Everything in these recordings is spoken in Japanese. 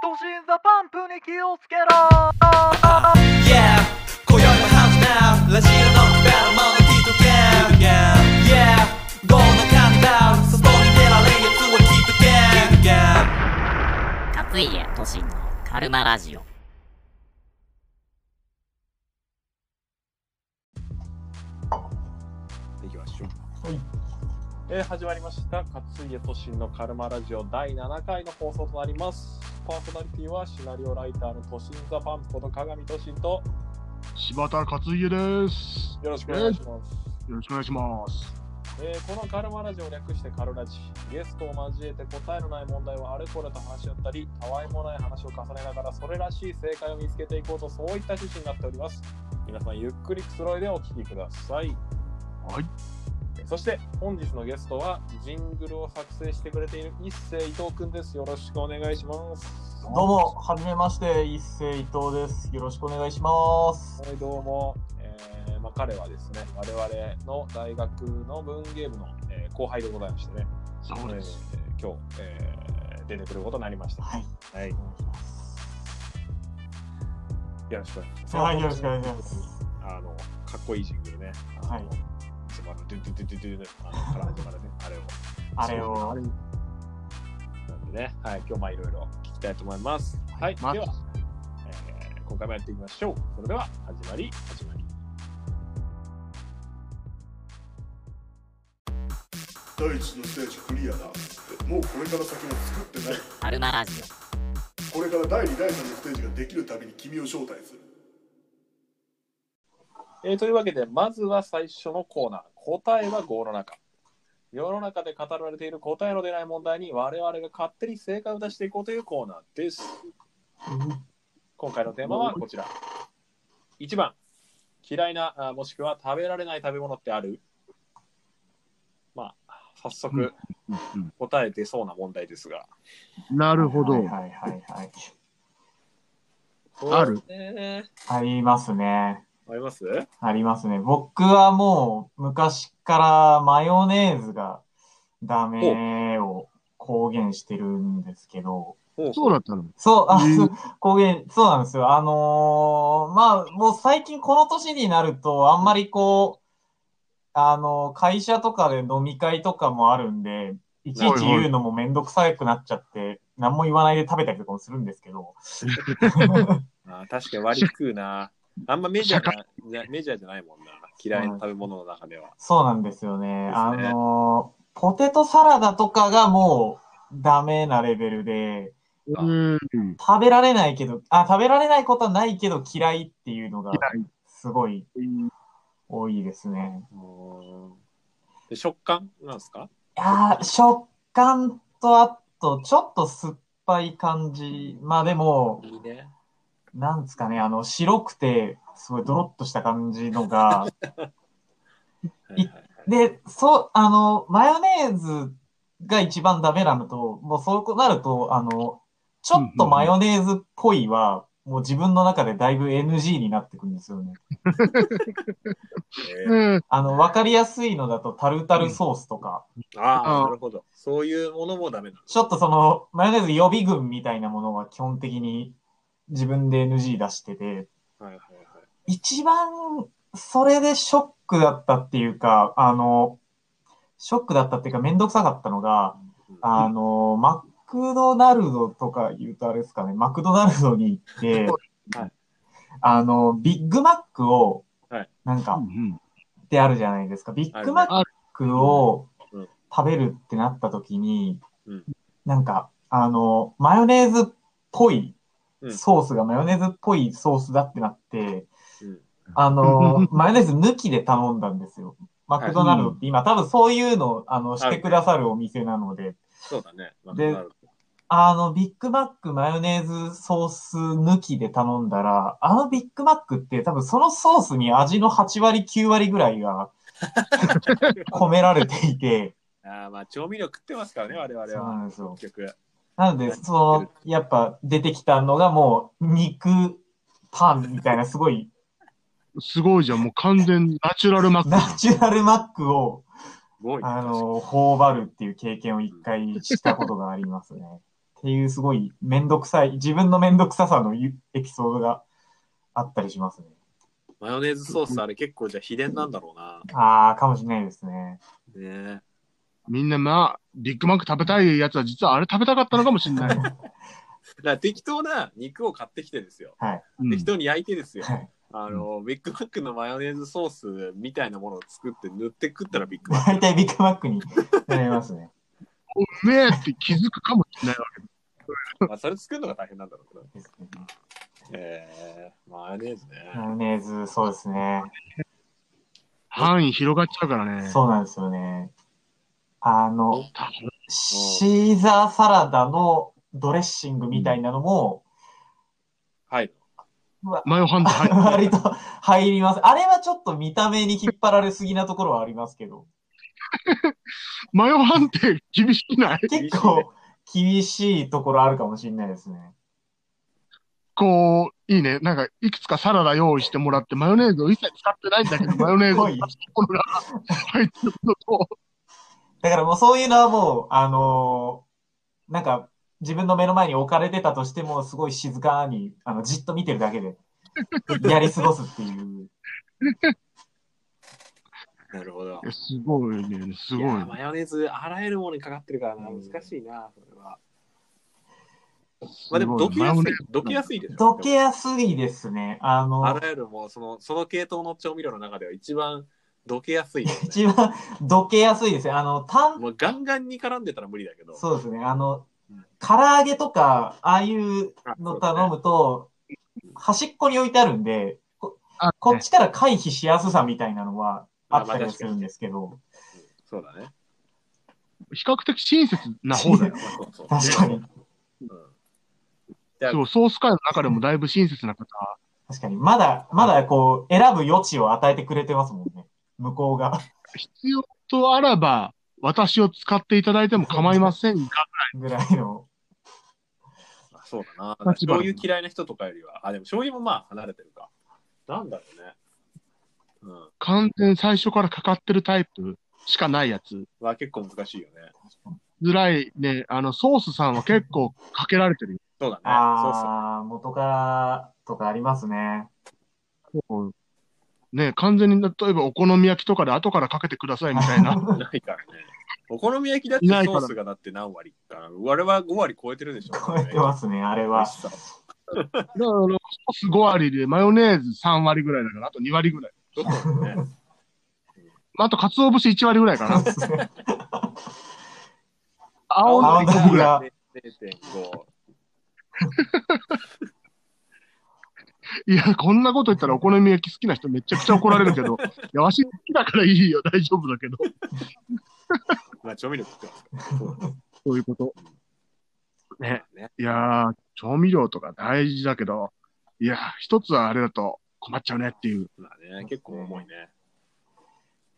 都心ザパンプに気をつけろ Yeah 今宵もハウスナウラジオのベラモンのティートゲーム Yeah 豪のカニバウ外に出られんやつはきっとゲームゲーム勝家都心のカルマラジオいきましょう。はい。えー始まりました。勝家都心のカルマラジオ第7回の放送となります。パーソナリティはシナリオライターの都心ザパンプこと鏡都心と柴田勝家です。よろしくお願いします。よろしくお願いします。えーこのカルマラジオを略してカルラジ。ゲストを交えて答えのない問題はあれこれと話し合ったり、たわいもない話を重ねながらそれらしい正解を見つけていこうとそういった趣旨になっております。皆さんゆっくりくつろいでお聞きください。はい。そして本日のゲストはジングルを作成してくれている一世伊藤くんです。よろしくお願いします。どうも、はじめまして、一世伊藤です。よろしくお願いします。はい、どうも。えーまあ、彼はですね、我々の大学の文芸部の、えー後輩でございましてね、そうです。えー今日、えー出てくることになりました。はい。はい、お願いしまよろしすくお願いします。はい、よろしくお願いします。あの、かっこいいジングルね。あのはい。ズバルドゥドゥドゥドゥドゥのあのから始まるね、あれを。あれを、なんでね、はい、今日まあいろいろ聞きたいと思います。はい、までは、えー今回もやっていきましょう。それでは、始まり、始まり。第一のステージクリアだもうこれから先も作ってないカルマラジこれから第二第三のステージができるたびに君を招待するえーというわけで、まずは最初のコーナー。答えは5の中。世の中で語られている答えの出ない問題に我々が勝手に正解を出していこうというコーナーです。今回のテーマはこちら。1番、嫌いなあもしくは食べられない食べ物ってあるまあ、早速うん答え出そうな問題ですが。なるほはいど。はいはいはい。あるそうですねありますね。ありますありますね。僕はもう昔からマヨネーズがダメを公言してるんですけど、そうだったの。そう、あ、うんそう公言、そうなんですよ。あのーまあ、もう最近この年になると、あんまりこう、あのー会社とかで飲み会とかもあるんで、いちいち言うのもめんどくさくなっちゃって、何も言わないで食べたりとかもするんですけど、あー確かに割り食うな。あんまメジャーなじゃメジャーじゃないもんな。嫌いな食べ物の中では。そうなんですよね。あですねのーポテトサラダとかがもうダメなレベルで、あうん。食べられないけど、あ、食べられないことはないけど嫌いっていうのがすごい多いですね。うんで食感なんですかいやー食感とあと、ちょっと酸っぱい感じ。まあでも、いいね。なんですかね、あの、白くて、すごいドロッとした感じのが。はいはいで、そう、あの、マヨネーズが一番ダメなのと、もうそうなると、あの、ちょっとマヨネーズっぽいは、もう自分の中でだいぶ NG になってくるんですよね。えーうん。あの、わかりやすいのだと、タルタルソースとか、あああ、ーなるほど。そういうものもダメなちょっとその、マヨネーズ予備軍みたいなものは基本的に自分で NG 出してて、の。はいはいはい。一番それでショックだったっていうか、あの、ショックだったっていうかめんどくさかったのが、うんあの、マクドナルドとか言うとあれですかね、マクドナルドに行って、はいあの、ビッグマックを、はいなんうか、んってあるじゃないですか。ビッグマックを食べるってなった時に、うんなんか、あの、マヨネーズっぽいうんソースがマヨネーズっぽいソースだってなって、うんあの、 マヨネーズ抜きで頼んだんですよ。マクドナルドって今、多分そういうのをあのしてくださるお店なので、そうだね。まあでなるあの、ビッグマックマヨネーズソース抜きで頼んだら、あのビッグマックって多分そのソースに味の8割9割ぐら いが込められていて、ああ、まあ調味料食ってますからね、我々そうは。なんですよ。結局。なので、その、やっぱ出てきたのがもう肉、パンみたいなすごいすごいじゃん。もう完全ナチュラルマックじナチュラルマックを、すごい。あの、頬張るっていう経験を一回したことがありますね。っていうすごいめんどくさい、自分のめんどくささのゆエピソードがあったりしますね。マヨネーズソースあれ結構じゃあ秘伝なんだろうな。ああ、かもしれないですね。ねみんなまあ、ビッグマック食べたいやつは実はあれ食べたかったのかもしれない。だから適当な肉を買ってきてですよ。うん適当に焼いてですよ。はいあの、ビッグマックのマヨネーズソースみたいなものを作って塗って食ったらビッグマック。 大体ビッグマックに なりますね。うめえって気づくかもしれないわけ。まあ、それ作るのが大変なんだろうけど。ですねえー、マヨネーズね。マヨネーズ、そうですね。範囲広がっちゃうからね。そうなんですよね。あの、たシーザーサラダのドレッシングみたいなのも、はい。マヨハンド入 って割と入ります。あれはちょっと見た目に引っ張られすぎなところはありますけど、マヨハンって厳しくない結構厳しいところあるかもしれないですね。こう、いいね。なんか、いくつかサラダ用意してもらって、マヨネーズを一切使ってないんだ けど、マヨネーズを濃いこの中に入ってるのと、だからもうそういうのはもう、あのーなんか自分の目の前に置かれてたとしても、すごい静かに、あの、じっと見てるだけで、やり過ごすっていう。なるほど。えすごいね、すいごいやねー。マヨネーズ、あらゆるものにかかってるからな、難しいな、それは。まあでも、すどごきマやすヨいネーズ。どきやすいでしょ。どけやすいですね。あのあらゆるもうその、その系統の調味料の中では一番どけやすいよね、一番どけやすいですね。あの、たん、もうガンガンに絡んでたら無理だけど。そうですね。あのうん、唐揚げとか、ああいうの頼むと、端っこに置いてあるんで、あこっねちから回避しやすさみたいなのはあったりはするんですけど、そうだね。比較的親切な 方だよ。そうそう確かに。だそう、ソース界の中でもだいぶ親切な方。確かに。まだ、まだこう、選ぶ余地を与えてくれてますもんね。向こうが。必要とあらば、私を使っていただいても構いませんが、ぐらいの。あそうだな。立場醤油嫌いな人とかよりは、あ、でも醤油もまあ離れてるか。なんだろうね。うん。完全最初からかかってるタイプしかないやつ。まあ結構難しいよね。ぐらいね、あの、ソースさんは結構かけられてるよ。そうだね。そうそう。ああ、元からとかありますね。そうね、完全に、例えばお好み焼きとかで後からかけてくださいみたいな。ないからね。お好み焼きだってソないからースがだって何割かな。我々は5割超えてるでしょ。超えてますね、あれ美は味。しさだから、ソース5割で、マヨネーズ3割ぐらいだから、あと2割ぐらい。そうだね。まああと、鰹節1割ぐらいかな。 青の青りの5りぐらい。が0.5。いや、こんなこと言ったらお好み焼き好きな人めちゃくちゃ怒られる けど、いや、わし好きだからいいよ、大丈夫だけど。まあ調味料食ってますから。そうそういうこと。ね。だね。いやー、調味料とか大事だけど、いやー、一つはあれだと困っちゃうねっていう。まあね、結構重いね。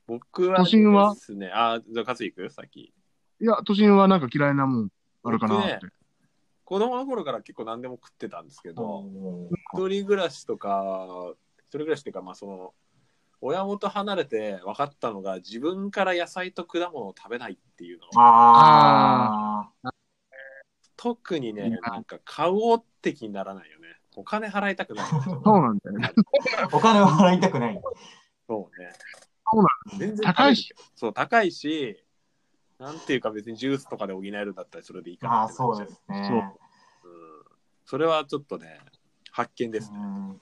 僕は都心はですね、あ、じゃあ、かついくさっき。いや、都心はなんか嫌いなもんあるかなって。子供の頃から結構何でも食ってたんですけど、うん一人暮らしとか、一人暮らしっていうか、まあその、親元離れて分かったのが、自分から野菜と果物を食べないっていうのをあ特にいねや、なんか買おうって気にならないよね。お金払いたくない。 そうなんだよね。あ、お金を払いたくない。そうね。そう全然高いし食べるけど。そう、高いし、なんていうか別にジュースとかで補えるんだったらそれでいいかあなっあ、てそうなっでちゃすね。そううんそれはちょっとね、発見ですうね。ん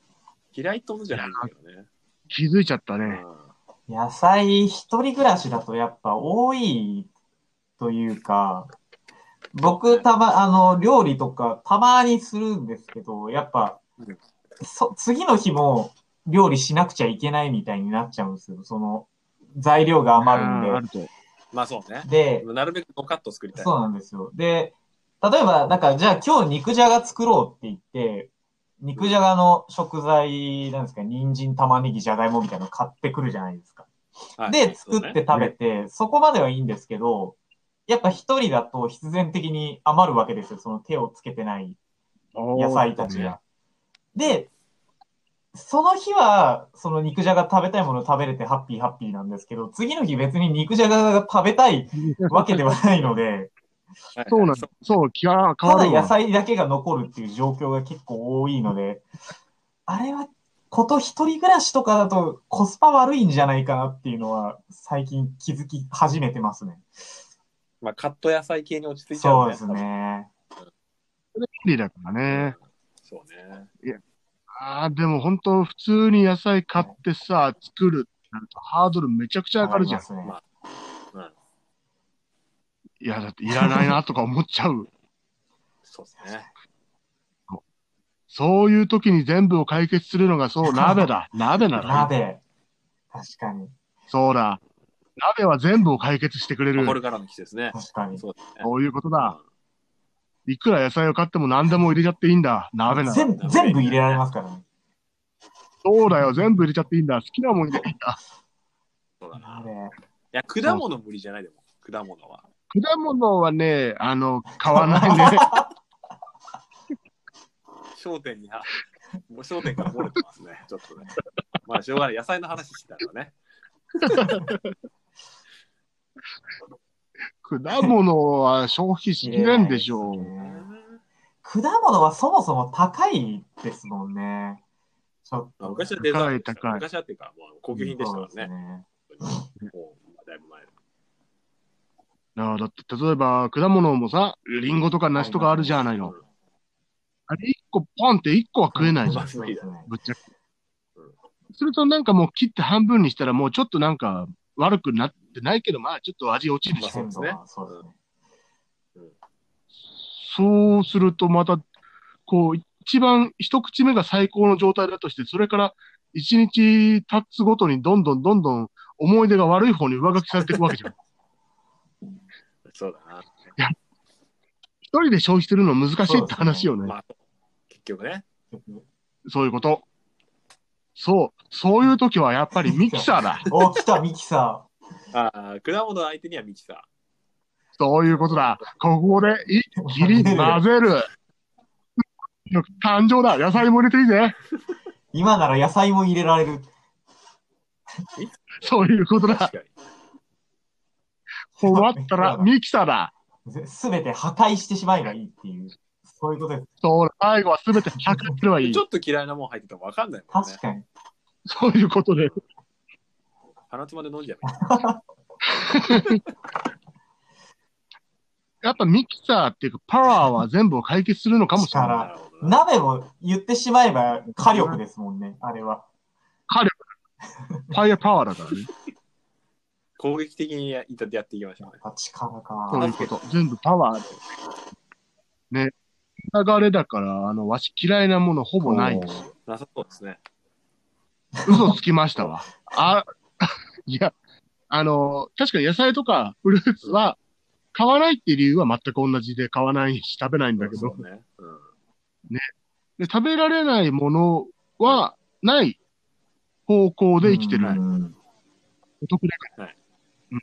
嫌いってことじゃないんだけどね。気づいちゃったうね。ん野菜一人暮らしだとやっぱ多いというか、僕たま、あの、料理とかたまにするんですけど、やっぱうん、そ、次の日も料理しなくちゃいけないみたいになっちゃうんですよ。その、材料が余るんであーあると。まあそうね。で、なるべくノカット作りたい。そうなんですよ。で、例えば、なんか、じゃあ今日肉じゃが作ろうって言って、肉じゃがの食材、なんですか、人参、玉ねぎ、じゃがいもみたいなの買ってくるじゃないですか。はいで、そ作うってね食べて、そこまではいいんですけど、やっぱ一人だと必然的に余るわけですよ。その手をつけてない野菜たちが。で、その日は、その肉じゃが食べたいものを食べれてハッピーハッピーなんですけど、次の日別に肉じゃがが食べたいわけではないので、そうなんそう、気が変たわだる野わ。菜だけが残るっていう状況が結構多いので、あれは、こと一人暮らしとかだとコスパ悪いんじゃないかなっていうのは最近気づき始めてますね。まあ、カット野菜系に落ち着いちゃそううですね。便利だからね。そうね。ああ、でも本当、普通に野菜買ってさ、作るってなると、ハードルめちゃくちゃ上がるじゃんあ。りますねいや、だっていらないなとか思っちゃう。そうですね。そういう時に全部を解決するのが、 そう、鍋だ。鍋ならいい。鍋。確かに。そうだ。鍋は全部を解決してくれる。これからの季節ね。確かに。そうですね。そういうことだ。いくら野菜を買っても何でも入れちゃっていいんだ。鍋なら。全全部入れられますからね。そうだよ。全部入れちゃっていいんだ。好きなもん入れていいんだ。そうだな。い鍋。や、果物無理じゃないでも、果物は。果物はね、あの、買わないね。商店には、もう商店から漏れてますね。ちょっとね。まあ、しょうがない。野菜の話してたからね。果物は消費しきれんでしょ 入れう。ないですね果物はそもそも高いですもんね。ちょっまあと。昔はデザートでしたから高い高い昔はっていうか、もう高級品でしたからね。ね。もう、まあだいぶ前。だからだって、例えば、果物もさ、リンゴとか梨とかあるじゃないの。あれ、一個ポンって一個は食えないじゃん。そうですねぶっちゃけ。するとなんかもう切って半分にしたらもうちょっとなんか悪くなってないけど、まあちょっと味落ちるし。そうですね鮮度がそうですね。そうするとまた、こう、一番一口目が最高の状態だとして、それから一日経つごとにどんどんどんどん思い出が悪い方に上書きされていくわけじゃん。そうだな。一人で消費するの難しいって話よね。まあ、結局ね。そういうこと。そう。そういう時はやっぱりミキサーだ。お、来た、ミキサああ、果物相手にはミキサー。そういうことだ。ここで一気に混ぜる。感情だ。野菜も入れていいぜ。ー。今なら野菜も入れられる。そういうことだ。確かに。困ったらミキサーだ。すべて破壊してしまえばいいっていう。そういうことです。そう、最後は全て100すればいいち。ょっと嫌いなもん入ってても分かんないもんね確。かに。そういうことで。鼻つまで飲んじゃえばいい。やっぱミキサーっていうか、パワーは全部を解決するのかもしれない。力なるほどな鍋も言ってしまえば火力ですもんね、あれは。ファイアパワーだからね。攻撃的にやってやっていきましょうね。やっぱ力そういか。うこと。全部パワーで。ね。流れだから、あの、わし嫌いなものほぼないです。なさそうですね。嘘つきましたわ。あ、 いや、あの、確かに野菜とかフルーツは、買わないっていう理由は全く同じで買わないし食べないんだけそどう、ね。うん。で食べられないものはない方向で生きてる。うんお得だから。はいうん。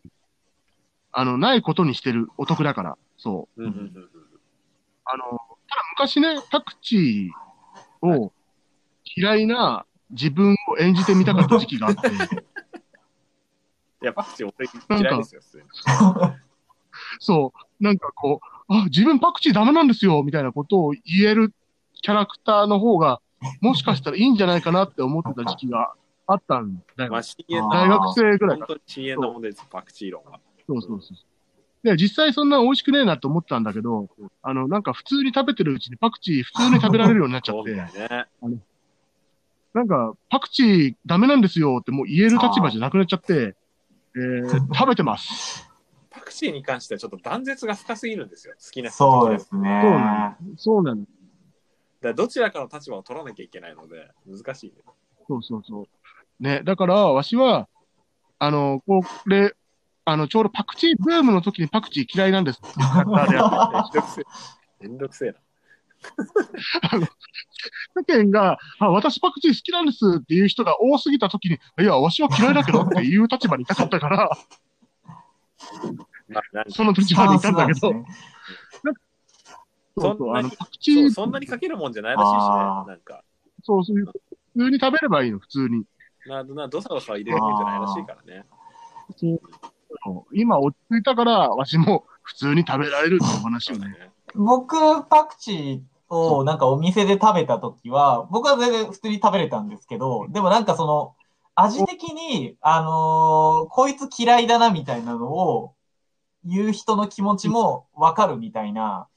あの、ないことにしてる。お得だから。そう。うんうんうんうんあの、ただ昔ね、パクチーを嫌いな自分を演じてみたかった時期が あって、いや、パクチー俺嫌いですよ、普通に。そう、なんかこう、あ、自分パクチーダメなんですよ、みたいなことを言えるキャラクターの方 が、もしかしたらいいんじゃないかなって思ってた時期があったんだまよ。あ、深淵あ大学生ぐらい本から。当に深淵な問題です、パクチー論は。そうそうそう。で、実際そんな美味しくねえなと思ったんだけど、あの、なんか普通に食べてるうちにパクチー普通に食べられるようになっちゃそっうみたてい、ね。なんか、パクチーダメなんですよってもう言える立場じゃなくなっちゃって、えー、 食べてます。パクチーに関してはちょっと断絶が深すぎるんですよ、好きな人。そうですすそうなね。そうなの。だからどちらかの立場を取らなきゃいけないので、難 しいね。そうそうそう。ね、だから、わしは、あの、これ、あの、ちょうどパクチーブームの時にパクチー嫌いなんですっていうキャラクターであめっんどくせえ。めんどくせえな。て、世間が、あ、私パクチー好きなんですっていう人が多すぎた時に、いや、わしは嫌いだけどっていう立場にいたかっ たから、まあ、何その立チャ場にンいスたんなだんけですど、ね。そそうそんう、なあの、にパクチそうー、そんなにかけるもんじゃないらしいしねあ。ーなんか、そうそういう、普通に食べればいいの、普通に。ななどさどさ入れるもんじゃないらしいからね。そう今落ち着いたから、わしも普通に食べられるってお話よね。僕、パクチーをなんかお店で食べたときは、僕は全然普通に食べれたんですけど、でもなんかその、味的に、あのーこいつ嫌いだなみたいなのを言う人の気持ちもわかるみたいな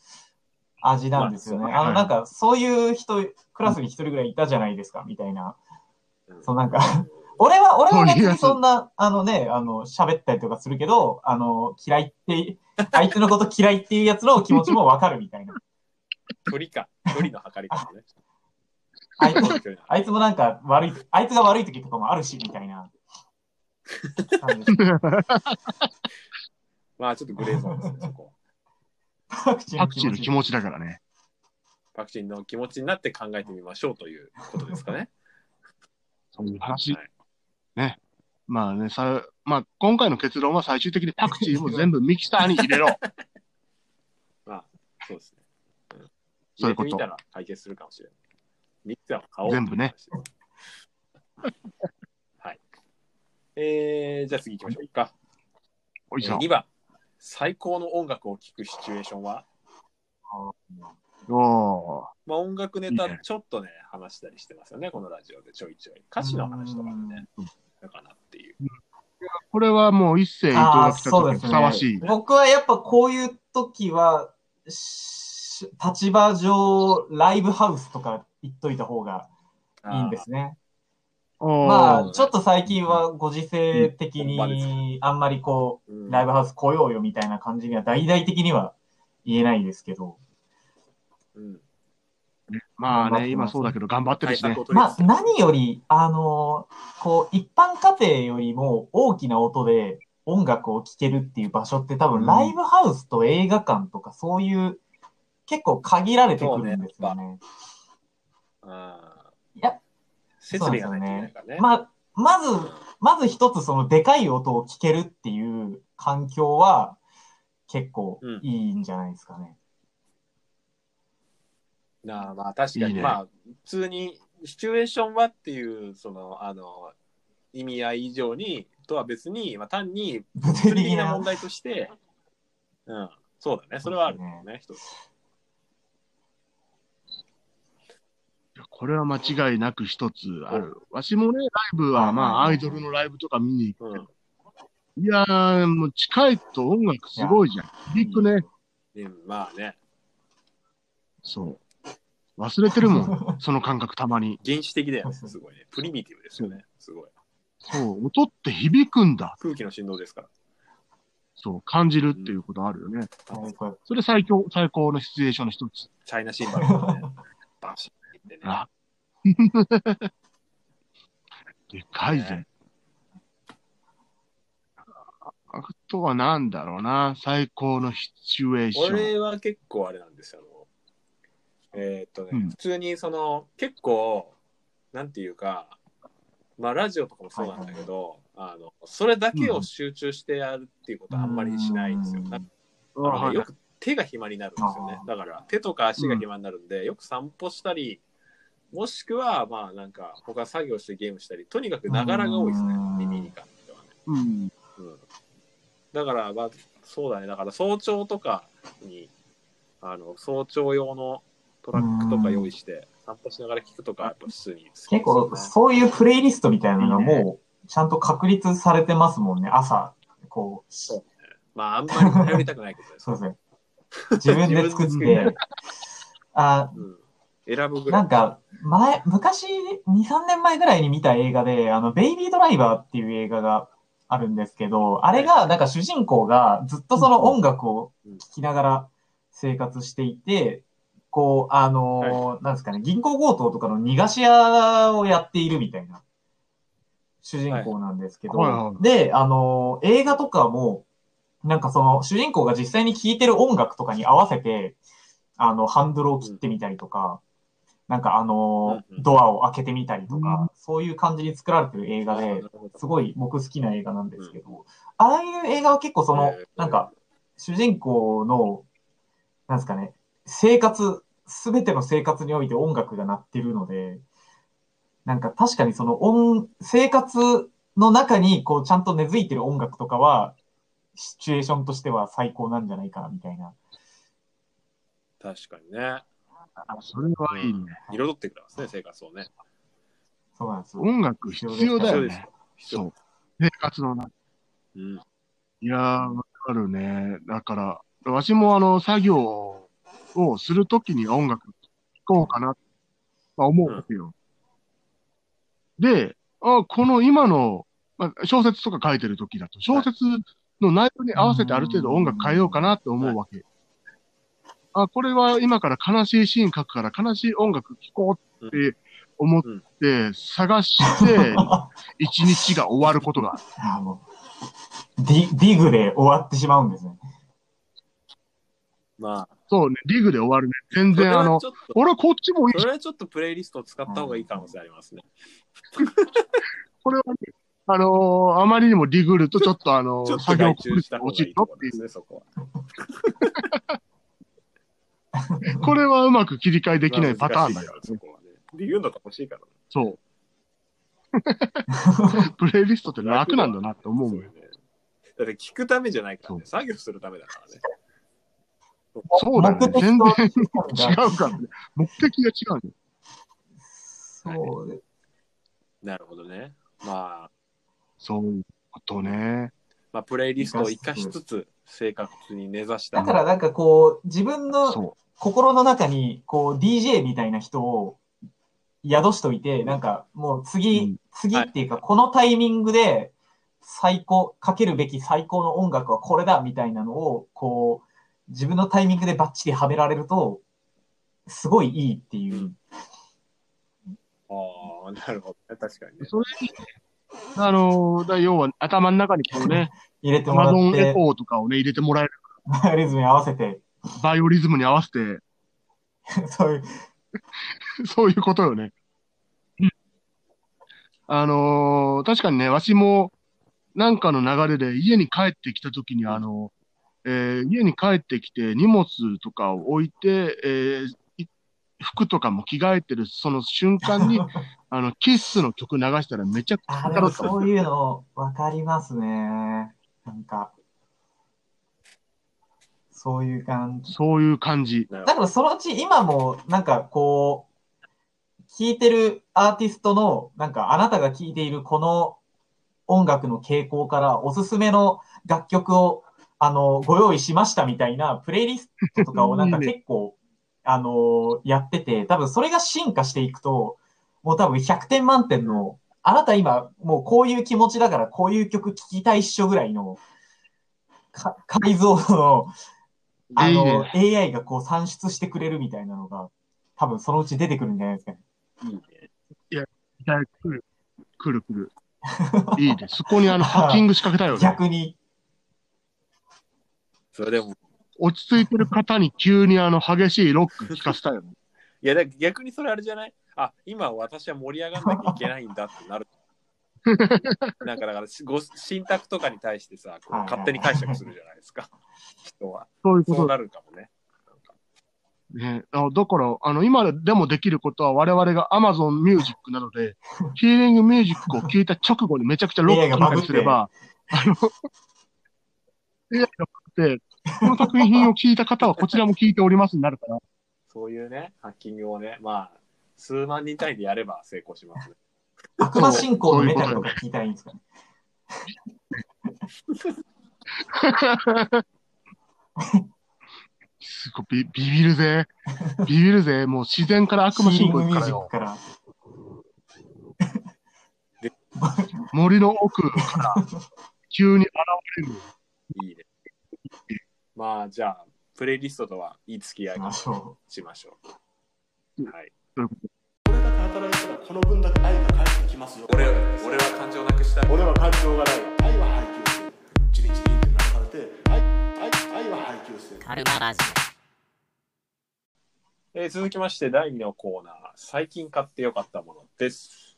味なんですよね。まああの、なんかそういう人、クラスに一人ぐらいいたじゃないですか、みたいな。そうなんか、 俺は、俺は別にそんな、あのね、あの、喋ったりとかするけど、あの、嫌いって、あいつのこと嫌いっていうやつの気持ちもわかるみたい な。距離か。距離の測り 方ね。あいつ距離のあいつもなんか悪い、あいつが悪い時とかもあるし、みたい な。なんでまあちょっとグレーゾーンですね、そこ。パクチーパのクチーの気気持ち。持ちだからね。パクチーの気持ちになって考えてみましょうということですかね。そういう話。はいまあね、さ、まあ今回の結論は最終的にパクチーも全部ミキサーに入れろ。そうですね。んそういうこ入れとてみたら解決するかもしれない。ミキサーを買おう。全部ね。 はい。えー、じゃあ次行きましょうか。おいしょ。 2番。最高の音楽を聴くシチュエーションはおーまあ音楽ネいいタねちょっとね、話したりしてますよね、このラジオでちょいちょい。歌詞の話とかもねうん、だかなっていう。これはもう一世伊藤あがあ、来たそう時でにすふさわねしい。。僕はやっぱこういう時は、し立場上、ライブハウスとか行っといた方がいいんですね。おまーあ、ちょっと最近はご時世的うん本場でに、あんまりこあー。うんう、ライブハウス来ようよみたいな感じには、大々的には言えないですけど。うん。まあ頑張ってまね、す今そうだけど頑張ってる対しね策。を取りまつつあ、何より、あのーこう、一般家庭よりも大きな音で音楽を聴けるっていう場所って多うん分、ライブハウスと映画館とかそういう、結構限られてくるんですよね。あーいや設備がないといけないからね。まあ、まず、まず一つそのでかい音を聴けるっていう環境は、結構いいんじゃないですかね。なあまあ確かにいいねまあ普通にシチュエーションはっていうそのあの意味合い以上にとは別に、まあ、単に物物理理的的なな問。題と して、うん、そうだねそれはあるよね一つこれは間違いなく一つある。わしもね、ライブはまあアイドルのライブとか見に行うんく。いやー、もう近いと音楽すごいじゃん。響くね。でまあねそう。忘れてるもん。その感覚たまに。原始的だよねすごいねプリミティブですよねすごいそう。音って響くんだ。空気の振動ですからそう。感じるっていうことあるよね。はいこれそれ最強、最高のシチュエーションの一つ。チャイナシンバルとか ねバシッってねあでかいぜね。あとはなんだろうな。最高のシチュエーション。俺は結構あれなんですよ。あのえーっとね、うん普通にその結構なんていうか、まあラジオとかもそうなんだけど、あのそれだけを集中してやるっていうことはあんまりしないんですよ。うんなんかああのはねいよく手が暇になるんですよね。だから手とか足が暇になるんで、よく散歩したり、もしくはまあなんか他作業してゲームしたり、とにかくながらが多いですねう。ん耳に関してはね。うん。うんだから、まあ、そうだね。だから早朝とかに、あの、早朝用のトラックとか用意して、散歩しながら聞くとか、やっぱ普通に好きですよ結ね構、そういうプレイリストみたいなのがもう、ちゃんと確立されてますもんね、朝。こう、そうまあ、あんまり頼りたくないけどね。そうですね。自分で作っ自分て。あ、うん。選ぶぐらい。なんか、前、昔、2、3年前ぐらいに見た映画で、あの、ベイビードライバーっていう映画があるんですけど、あれが、なんか主人公がずっとその音楽を聴きながら生活していて、こう、あのーなんですかね、銀行強盗とかの逃がし屋をやっているみたいな主人公なんですけど、はいはいはいで、あのー映画とかも、なんかその主人公が実際に聴いてる音楽とかに合わせて、あの、ハンドルを切ってみたりとか、なんかあのうんう、んドアを開けてみたりとか、そういう感じに作られてる映画で、すごい僕好きな映画なんですけど、ああいう映画は結構そのえー、なんか、主人公の、なんですかね、生活、すべての生活において音楽が鳴ってるので、なんか確かにその音、生活の中にこうちゃんと根付いてる音楽とかは、シチュエーションとしては最高なんじゃないかな、みたいな。確かにね。それはいいね。彩ってくれますね、生活をね。そうなんですよ。音楽必要だよね。必要そでう。生活の中。うん。いやー、わかるね。だから、わしもあの、作業をするときに音楽聴こうかな、まあ、思うわけよ。で、あこの今の、まあ、小説とか書いてるときだと、小説の内容に合わせてある程度音楽変えようかなって思うわけ。あ、これは今から悲しいシーン書くから悲しい音楽聴こうって思って探して、 一日が終わることがある。あのディディグで終わってしまうんですね。まあ、そうね、リグで終わるね。全それ然あはのち、ょっと俺はこっちもいいそし、れはちょっとプレイリストを使った方がいい可能性ありますね。これはね、あのーあまりにもディグるとちょっとあのーちょっと作業外効注し率たが方が落いちいるとよこってでいすう。ね、そこは。これはうまく切り替えできないパターンまだあよ難しいからそね。こはね。で、言うんだったら欲しいからね。 そう。プレイリストって楽なんだなって思そううよよ。ね。だって聞くためじゃないからね。そ作業するためだからね。そうだよね目。的全と然違うからね。目的が違うね。そうでなるほどね。まあ、そういうことね。まあ、プレイリストを活かしつつ、生活に根ざした。だからなんかこう、自分のそ心の中に、こう、DJ みたいな人を宿しといて、なんかもう次、うん次っていうか、このタイミングで、最高、かけるべき最高の音楽はこれだみたいなのを、こう、自分のタイミングでバッチリはめられると、すごいいいっていう。うんああ、なるほどね。確かにう。ね。それあのーだから要は頭の中にこう ね、入れてアもマらゾっンエて、コーとかをね、入れてもらえる。 リズムに合わせて、バイオリズムに合わせて、そういう、そういうことよね。あのー確かにね、わしも、なんかの流れで家に帰ってきたときに、あのえー家に帰ってきて荷物とかを置いて、えーい服とかも着替えてるその瞬間に、あの、キッスの曲流したらめちゃくちゃあ、で楽もしかったそういうの分かりますね。なんか、そういう感じ。そういう感じ。なるだほからそのうち今も、なんかこう、聴いてるアーティストの、なんかあなたが聴いているこの音楽の傾向からおすすめの楽曲を、あの、ご用意しましたみたいなプレイリストとかをなんかいいね結構、あの、やってて、多分それが進化していくと、もう多分100点満点の、あなた今、もうこういう気持ちだからこういう曲聴きたいっしょぐらいの、か解像度の、あの、AI がこう算出してくれるみたいなのが、多分そのうち出てくるんじゃないですかね。ど。いいね。来る、来る、来る。いいね。そこにあの、ハッキング仕掛けた よね。逆に。それでも、落ち着いてる方に急にあの、激しいロック聞かせたよね。いや、だから逆にそれあれじゃないあ、今私は盛り上がんなきゃいけないんだってなる。なんかだからご信託とかに対してさ、こうはいはい勝手に解釈するじゃないですか。人は。そういうことそうだなるかもね。ね、あだから、あの、今でもできることは我々が Amazon Music など で、ヒーリングミュージックを聞いた直後にめちゃくちゃロックかけたりすれば、あの、AI がバグって、この作品を聞いた方はこちらも聞いておりますになるから、そういうね、ハッキングをね、まあ、数万人単位でやれば成功しますね。悪魔信仰のメタルとか聞いたらいいんですかね。すごいビビビるぜ。ビビるぜ。もう自然から悪魔シ信ーリン仰グ行ミくュかーらジックよ。から。森の奥 から、急に現れる。いいね。まあ、じゃあ、プレイリストとはいい付き合いまをしょしましょうう。んはい。俺だけ働いたらこの分だけ愛が返ってきますよ俺は感情なくしたい。俺は感情がない愛は配給するチリチリって鳴らされて愛愛愛は配給するカルマラジえー続きまして、第2のコーナー、最近買ってよかったものです。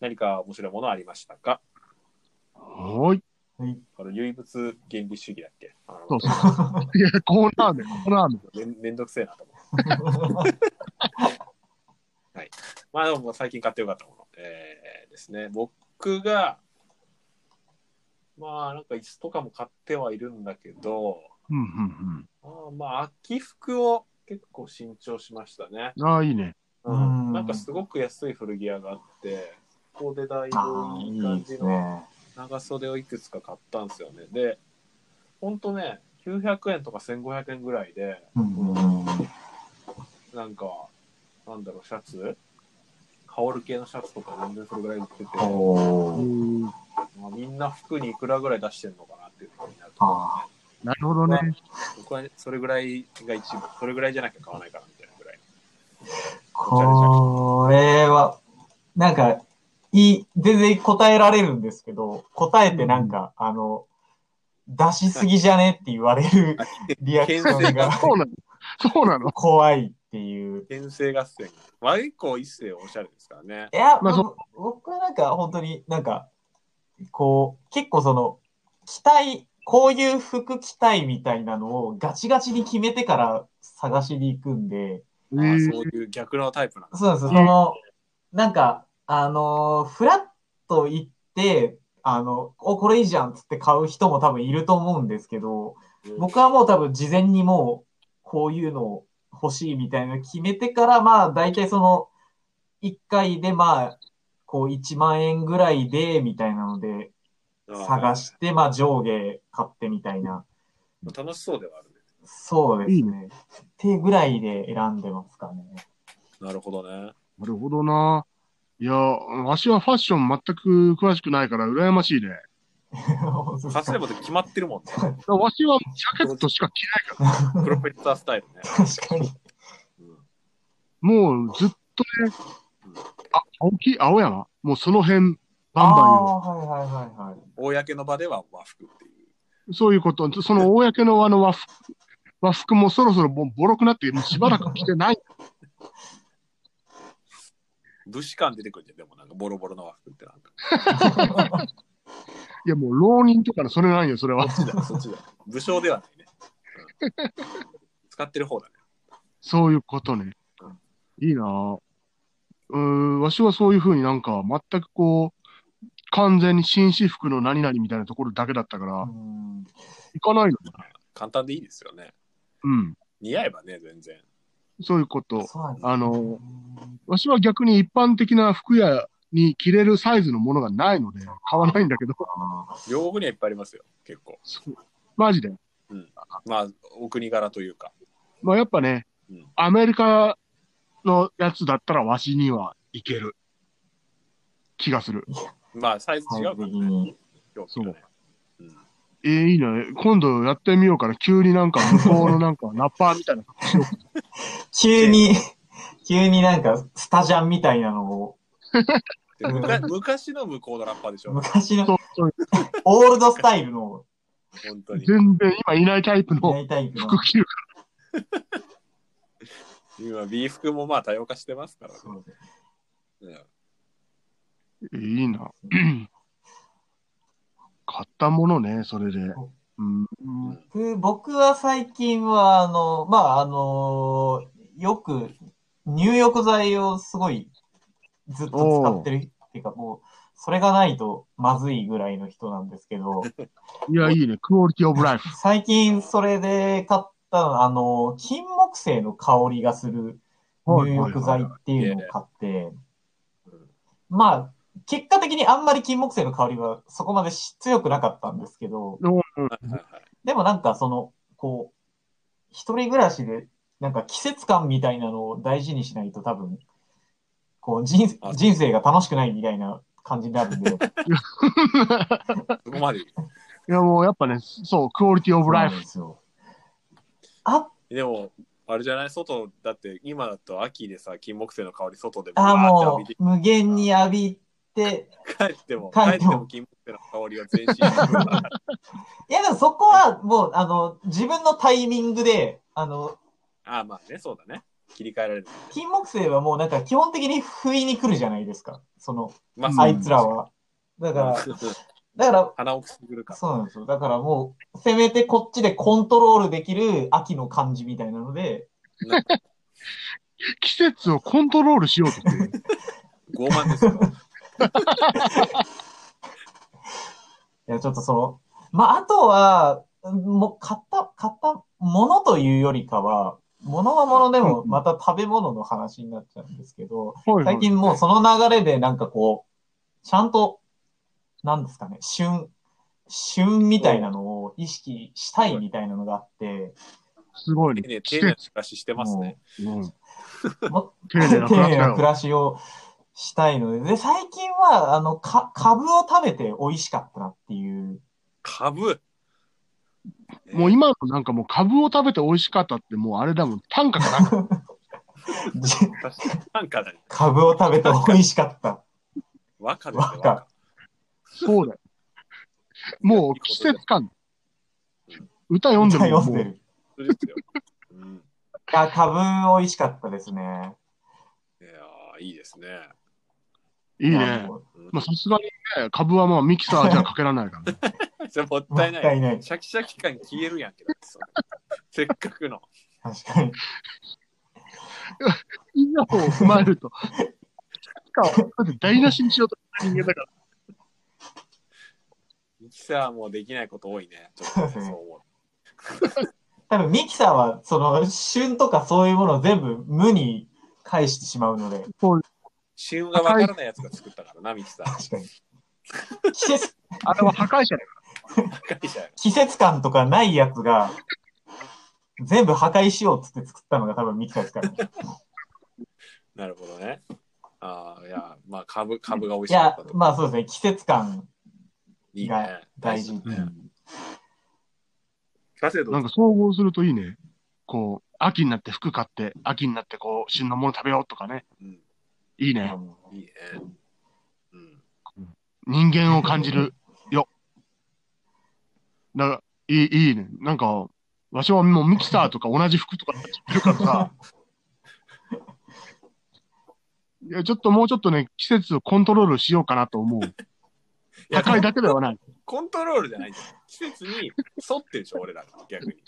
何か面白いものありましたかおい。う。はいこの唯物原理主義だっけあそのうそう。いや、コーナー名、コーナー名。めんめんどくせえなと思って。 はい。まあでも最近買ってよかったもの、えーですね。僕が、まあなんか椅子とかも買ってはいるんだけど、うん、うん、あーまあ秋服を結構新調しましたね。うん。ああ、いいね。う、うんんなんかすごく安い古着屋があって、ここでだいぶああ、いいいい感でじすのね。長袖をいくつか買ったんですよね。で、ほんとね、900円とか1500円ぐらいで、うんうんうんなんか、なんだろう、シャツ羽織る系のシャツとか全然それぐらい売ってて、おーまあ、みんな服にいくらぐらい出してるのかなっていうふうになると思あなるほどね。うね、僕はそれぐらいが一部、それぐらいじゃなきゃ買わないからみたいなぐらい。これは、なんか、いい、全然答えられるんですけど、答えてなんか、あの、出しすぎじゃねって言われるリアクションがそうなの。そうなの。怖いっていう。編成合戦。悪い子は一世おしゃれですからね。いや、まあそ僕僕はなんか本当になんか、こう、結構その、着たい、こういう服着たいみたいなのをガチガチに決めてから探しに行くんで、えああーそういう逆のタイプなんだ。そうなんですよ。ねその、なんか、あのーフラッと行って、あの、お、これいいじゃんっつって買う人も多分いると思うんですけど、僕はもう多分事前にもう、こういうの欲しいみたいなの決めてから、まあ、大体その、1回でまあ、こう1万円ぐらいで、みたいなので、探して、まあ上下買ってみたいあな。あ楽しそうではあるね。そうですね。いいってぐらいで選んでますかね。 なるほどね。なるほどな。いや、わしはファッション全く詳しくないから羨ましいね。カスレボって決まってるもんね。わしはジャケットしか着ないから。プロフェッサースタイルね。確かに。うんもうずっとね、あ、青木、青山。もうその辺、バンバンよ。ああ、はいはいはいはい。公の場では和服っていう。そういうこと。その公のあの和服、和服もそろそろもうボロくなって、もうしばらく着てない。武士感出てくるじゃん、でもなんかボロボロの和服ってなんか。いや、もう浪人とかのそれないよ、それは。そっちだ、そっちだ。武将ではないね。うん使ってる方だね。そういうことね。いいなぁうーん、わしはそういうふうになんか、全くこう、完全に紳士服の何々みたいなところだけだったから、うん行かないのね。簡単でいいですよね。うん。似合えばね、全然。そういうこと。そうなんですねあの、わしは逆に一般的な服屋に着れるサイズのものがないので、買わないんだけど、 あ洋服にはいっぱいありますよ、結構。そうマジで。まあ、お国柄というか。まあやっぱねうん、アメリカのやつだったらわしにはいける。気がする。まあ、サイズー違うから的ね、に。洋服がね。うんえー、いいね。今度やってみようかな。急になんか向こうのなんかラッパーみたいな。急に、急になんか、スタジャンみたいなの を、でむか昔の向こうのラッパーでしょ、昔のそうそうオールドスタイルの、本当に。全然今いないタイプやのりたいけど。服着るか今、B 服もまあ多様化してますからね。そうですうんら。えーいいな。買ったものね、それで。うん。僕僕は最近は、あの、まあ、あの、よく、入浴剤をすごい、ずっと使ってるっていうか、もう、それがないとまずいぐらいの人なんですけど、いや、いいね。クオリティオブライフ。最近それで買ったのあの、金木犀の香りがする入浴剤っていうのを買ってうん、まあ、結果的にあんまり金木犀の香りはそこまでし強くなかったんですけど、うんはいはいはいでもなんかその、こう、一人暮らしで、なんか季節感みたいなのを大事にしないと多分、こう人あ人生が楽しくないみたいな感じになるんで、そこまで。いや、もうやっぱね、そう、クオリテ ィオブそうラなイんフで。すよ。あ、でも、あれじゃない外、だって今だと秋でさ、金木犀の香り外であ、バーもって浴びてう無限に浴びて、帰っても、帰帰ってもっても金木犀の香りが全身に来るから。いや、でもそこは、もう、あの、自分のタイミングで、あの、ああ、まあね、そうだね。切り替えられる。金木犀はもうなんか基本的に不意に来るじゃないですか。その、まうんあいつら。は。だだか、ら、だか、鼻をくすぐるからそうなんですよ。だからもう、せめてこっちでコントロールできる秋の感じみたいなので、季節をコントロールしようとしてる。傲慢ですよ。いいや、ちょっとその、まあ、あとは、もう買った、買ったものというよりかは、ものはものでうんもうんまた食べ物の話になっちゃうんですけど、はいはい最近もうその流れでなんかこう、ちゃんと、なんですかね、旬、旬みたいなのを意識したいみたいなのがあって、すごいね。ね、季丁寧な節。暮らししてますね。うんも丁寧な暮 らしだな暮よ。らしをしたいので、で、最近は、あの、か、株を食べて美味しかったなっていう。 株。もう今のなんかもう株を食べて美味しかったってもうあれだもん。単価がなくじ確かになんかだね。株を食べて美味しかった。和歌ですね和、歌和歌。そうだよ。もう季節感。歌読んでも読んもでうる。そうですよ。うん。いや、株美味しかったですね。いやーいいですね。いいいやね。もううんまあさすがにね、株はまあミキサーじゃかけられない からね。じゃあもっもったたいないい。ない。シャキシャキ感消えるやんけど。それせっかくの。確かに。以上を踏まえると。だって台無しにしようとした人間だから。ミキサーもできないこと多いね。ちょっとねそう思多分ミキサーは、その、旬とかそういうものを全部無に返してしまうので、う。旬がわからないやつが作ったからな、ミキサー。確かに。季節、あれは破壊者だよ。会 社や季節感とかないやつが、全部破壊しようっつって作ったのが多分ミキサーですから。なるほどね。ああ、いや、まあ株、株が美味しいかっやた、と。まあそうですね、季節感いいね。大事。だね。カセットなんか総合するといいね。こう、秋になって服買って、秋になってこう、旬のもの食べようとかね。うんいいね。いいね。うん。人間を感じるよ。だから、いい、いいね。なんか、わしはもうミキサーとか同じ服とか着てるからさ。 いや、ちょっともうちょっとね、季節をコントロールしようかなと思う。いや高いだけでは ない。コントロールじゃないんだよ季節に沿ってるでしょ、俺ら逆に。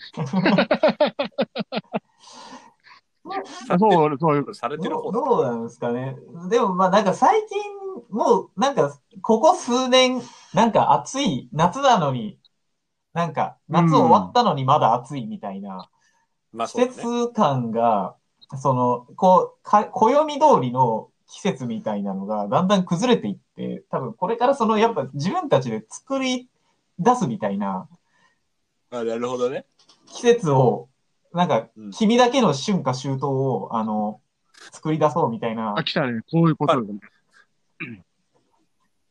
あそう、そういう。されてるど方うだどうなんですかね。でもまあなんか最近、もうなんかここ数年、なんか暑い、夏なのに、なんか夏終わったのにまだ暑いみたいな、まあそう季だね。節感が、その、こう、か、暦通りの季節みたいなのがだんだん崩れていって、多分これからそのやっぱ自分たちで作り出すみたいなあなるほどね。季節を、なんかうん君だけの春夏秋冬を、あの、作り出そうみたいなあ、。来たね。こういうことだね。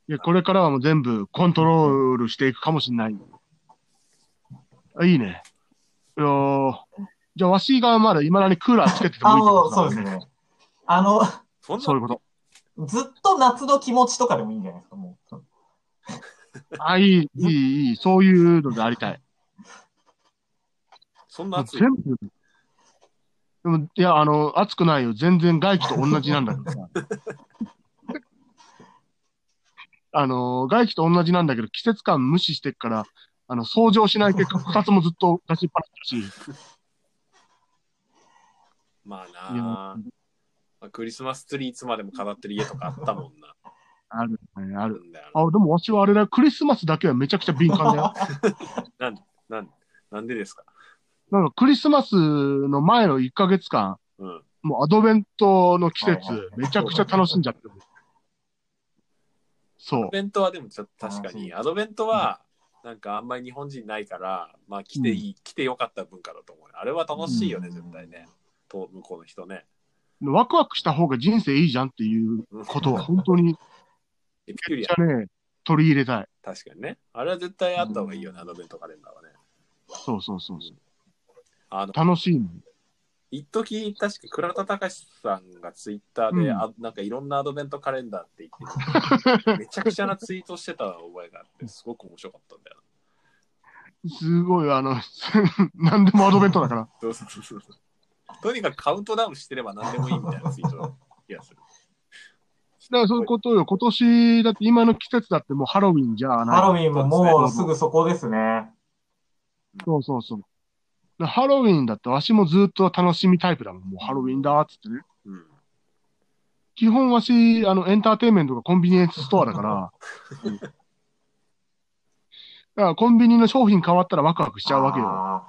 いや、これからはもう全部コントロールしていくかもしれない。あいいね。いやーじゃあ、わしがまだ未だにクーラーつけててあもいいっての、ことそうだですね。ね。あの、そんそういうな、こと。ずっと夏の気持ちとかでもいいんじゃないですか、もう。あ、いい、いい、いい。そういうのでありたい。そんな暑い。全部。でも、いや、あの、暑くないよ。全然外気と同じなんだ けどさ。あの、外気と同じなんだけど、季節感無視してっから、あの、掃除をしない結果、二つもずっと出しっぱなしだし。まあいやなあ、まあクリスマスツリーいつまでも飾ってる家とかあったもんな。あるね、あある。んだよあ、でもわしはあれだ、クリスマスだけはめちゃくちゃ敏感だよ。ななんなんでですかなんかクリスマスの前の1ヶ月間、うん。もうアドベントの季はいはい節、めちゃくちゃ楽しんじゃってる。そアドベントはでもちょっと確かに、アドベントはなんかあんまり日本人ないから、まあ来ていい、来てよかった文化だと思うよ。あれは楽しいよね、うん絶対ね。と向こうの人ね。う。ワクワクした方が人生いいじゃんっていううんことは本当に、エピキュめリっちアン、ゃね、取り入れたい。確かにね。あれは絶対あった方がいいよね、アドベントカレンダーはね。そうそうそうそう。あの、楽しいの。一時確か倉田隆さんがツイッターで、うんあなんかいろんなアドベントカレンダーって言 って、めちゃくちゃなツイートしてた覚えがあって、すごく面白かったんだよな。すごい、あの、 何でもアドベントだから。そうそうそうそう。とにかくカウントダウンしてれば何でもいいみたいなツイートだった気がする。だからそういうことよ。今年、だって今の季節だってもうハロウィンじゃない。ハロウィンももうすぐそこですね。そうそうそう。でハロウィンだって、わしもずっと楽しみタイプだもん。もうハロウィンだーっつってね。うん。基本わし、あの、エンターテインメントがコンビニエンスストアだから、だからコンビニの商品変わったらワクワクししちゃうわけよ。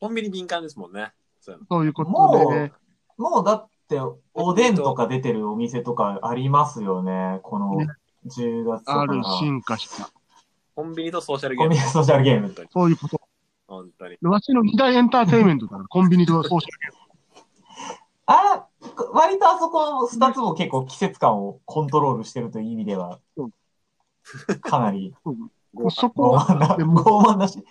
コンビニ敏感ですもんね。そういうのそういうことで、もうだって、おでんとか出てるお店とかありますよね。このね10月とかあるの進化した。コンビニとソーシャルゲコーンビムニ。ソーシャルゲーム本。当に。そういうこと。本当に。わしの二大エンターテインメントだから、コンビニとソーシあら、割とあそこ2つも結構季節感をコントロールしてるという意味ではう、かなりャル。そ傲こ、慢な、でも傲慢なし。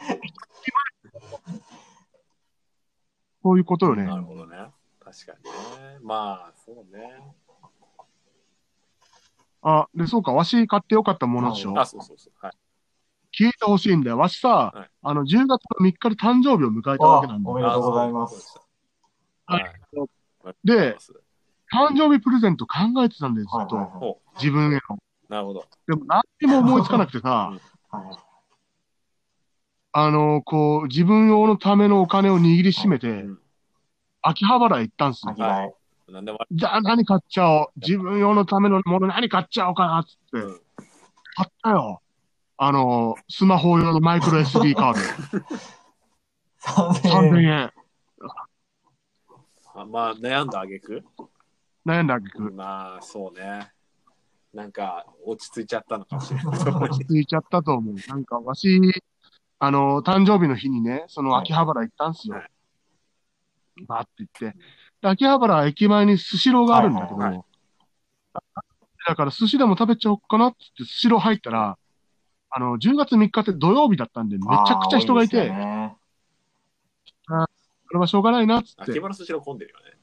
そういうことよね。なるほどね。確かにね。まあ、そうね。あ、で、そうか、わし買ってよかったものでしょ。あ、そうそうそう。はい。聞いてほしいんだよ。わしさ、はいあの、10月の3日で誕生日を迎えたわけあなんだおよ。めであとうございます。。そうでしたはいで、誕生日プレゼント考えてたんだよ、ずはいっと。はい自分への。なるほど。でも、何にも思いつかなくてうさん、はいはい。あの、こう、自分用のためのお金を握りしめて、ん秋葉原行ったんすよ秋。葉えなんでもあじゃあ何買っちゃおう。自分用のためのもの何買っちゃおうかなっつって。うん買ったよ。あの、スマホ用のマイクロ SD カード。 3000 3000円。円。りまあ、悩んだあげく。悩んだあげく。まあ、そうね。なんか、落ち着いちゃったのかもしれない。そこ落にち着いちゃったと思う。なんか、わし、あの、誕生日の日にね、その秋葉原行ったんすよは。バーって行って。で秋葉原駅前にスシローがあるんだけど、はいはいだから寿司でも食べちゃおうかなっつってスシロー入ったら、あの、10月3日って土曜日だったんで、めちゃくちゃ人がいて、あー多ですよねこれはしょうがないなっつって秋、葉原寿司の混んでるよね。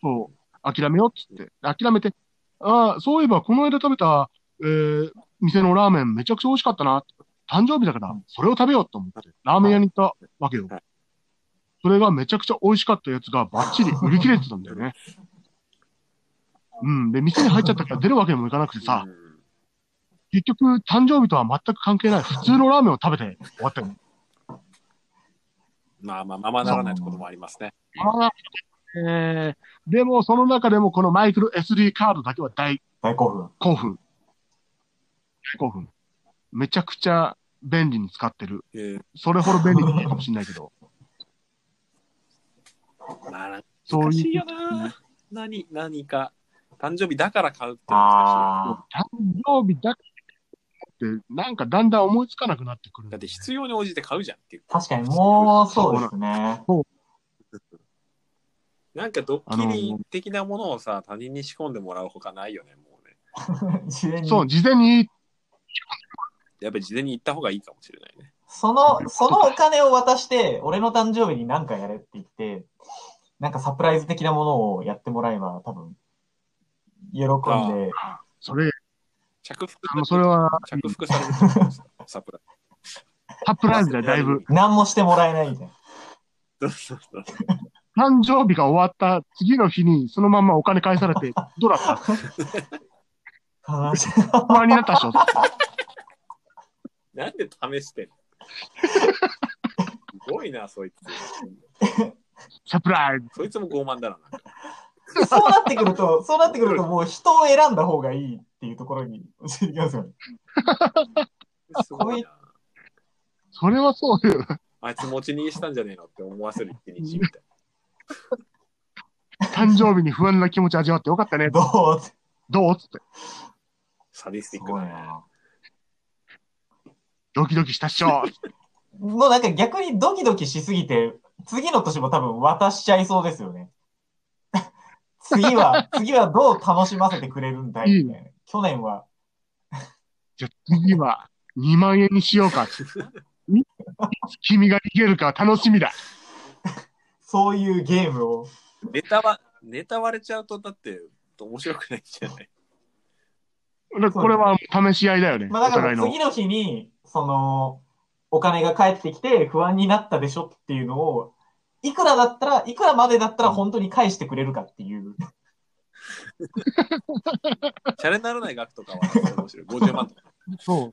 そう、諦めようっつって、諦めて、ああ、そういえばこの間食べた、えー店のラーメンめちゃくちゃ美味しかったな。誕生日だから、それを食べようと思って、ラーメン屋に行ったわけよはい。それがめちゃくちゃ美味しかったやつがバッ チリ売り切れてたんだよね。うん。で、店に入っちゃったから出るわけにもいかなくてさう、ん結局、誕生日とは全く関係ない普通のラーメンを食べて終わったよ。まあまあ、ままならないってこともありますね。ああえーでも、その中でもこのマイクロ SD カードだけは大大興奮。興奮。大興奮。めちゃくちゃ便利に使ってる。えそれほど便利じゃないかもしれないけ ど。ーまあ、そう難いう。しいよな。何、何か。誕生日だから買うっていうのは難しいよ。あ誕生日だけって、なんかだんだん思いつかなくなってくる。だって必要に応じて買うじゃんっていう。あ、確かにもうそうですね。なんかドッキリ的なものをさ、他人に仕込んでもらうほかないよね、もうね。事前にそう、事前に、やっぱり事前に行った方がいいかもしれないね。そ の、そのお金を渡して、俺の誕生日に何かやれって言って、なんかサプライズ的なものをやってもらえば、多分、喜んで、それ、着服あのそれは、着服されると思うんですよサプライサプライズだよ、だいぶ。何もしてもらえないみたいな。ズ。そうそうそう誕生日が終わった次の日に、そのまんまお金返さ れて、どうだった話し不安になったでしょ なんで試してんのすごいな、そいつ。サプライズ。そいつも傲慢だな。なんかそうなってくると、そうなってくると、もう人を選んだ方がいいっていうところに教えてき ますよね。すごいな。それはそうよ。あいつ持ち逃げしたんじゃねえのって思わせる一日みたい誕生日に不安な気持ち味わってよかったね。どうって。どうつって。サディステすィックごいなね。な。ドキドキしたっしょ。もうなんか逆にドキドキしすぎて、次の年も多分渡しちゃいそうですよね。 次は、次はどう楽しませてくれるんだいみたいな。去年は、じゃあ次は2万円にしようか。い君が逃げるか楽しみだ。そういうゲームを。ネタは、ネタ割れちゃうと、だって、面白くないじゃない。これは試し合いだよね。まあおだか互らいの。次の日に、その、お金が返ってきて不安になったでしょっていうのを、いくらだったら、いくらまでだったら本当に返してくれるかっていう。チャレにならない額とかは面白い。50万とか。そう。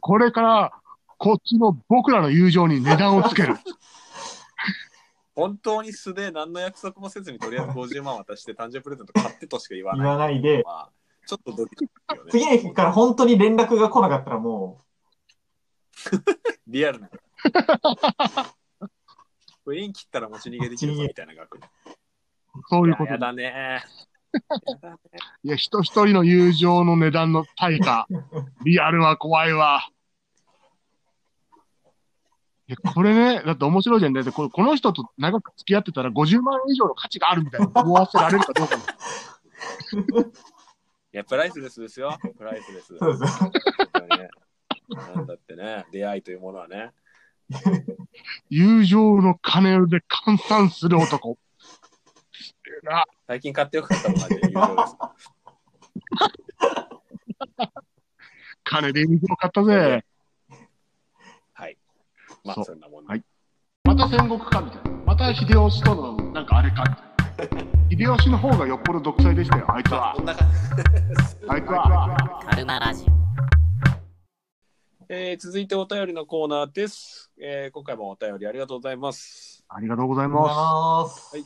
これから、こっちの僕らの友情に値段をつける。本当に素で何の約束もせずにとりあえず50万渡して誕生日プレゼント買ってとしか言わ言ないわないでの、 は、ちょっとドキドキするよね。次の日から本当に連絡が来なかったらもリア ルな。これ縁切ったら持ち逃げできるぞみたいな額。そういうこいやとやだ。だね。いや、人一人の友情の値段の対価。リアルは怖いわ。いや、これね、だって面白いじゃん。だってこれこの人と長く付き合ってたら50万円以上の価値があるみたいな。思わせられるかどうかの。いや、プライスレスですよ。プライスレス。そうです。本当にねなんだってね、出会いというものはね。友情の金で換算する男。な最近買ってよかったもん な、友情です。金で友情買ったぜ。はい。まそあ、うそんなもんではいまた戦国かみたいな。また秀吉との、なんかあれかみたいな。秀吉の方がよっぽど独裁でしたよ、あいつはこ。んな感じ。 あいつは。カルマラジオ。えー続いてお便りのコーナーです、えー今回もお便りありがとうございます。ありがとうございありがとうございまます。はい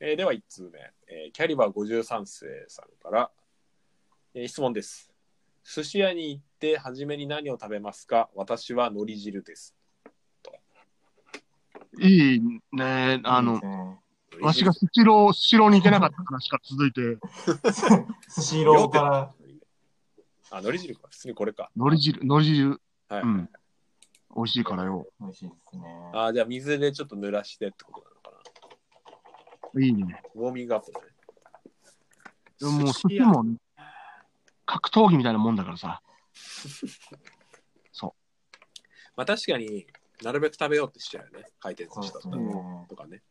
えーでは1通目、えーキャリバー53世さんから、えー質問です。寿司屋に行って初めに何を食べますか私は海苔汁です。す。いいね、あいいので、すねわしがスシロー、スシローに行けなかった話から続いて、スシローから。あ、海苔汁か。普通にこれか。海苔汁、海苔汁、はい。うん。美味しいからよ。美味しいですね。あーじゃあ水でちょっと濡らしてってことなのかな。いいね。ウォーミングアップだね。でももう寿寿司司屋も、格闘技みたいなもんだからさ。まあ確かになるべく食べようってしちゃうよね。回転そう寿司でだすとかねね。。うとかね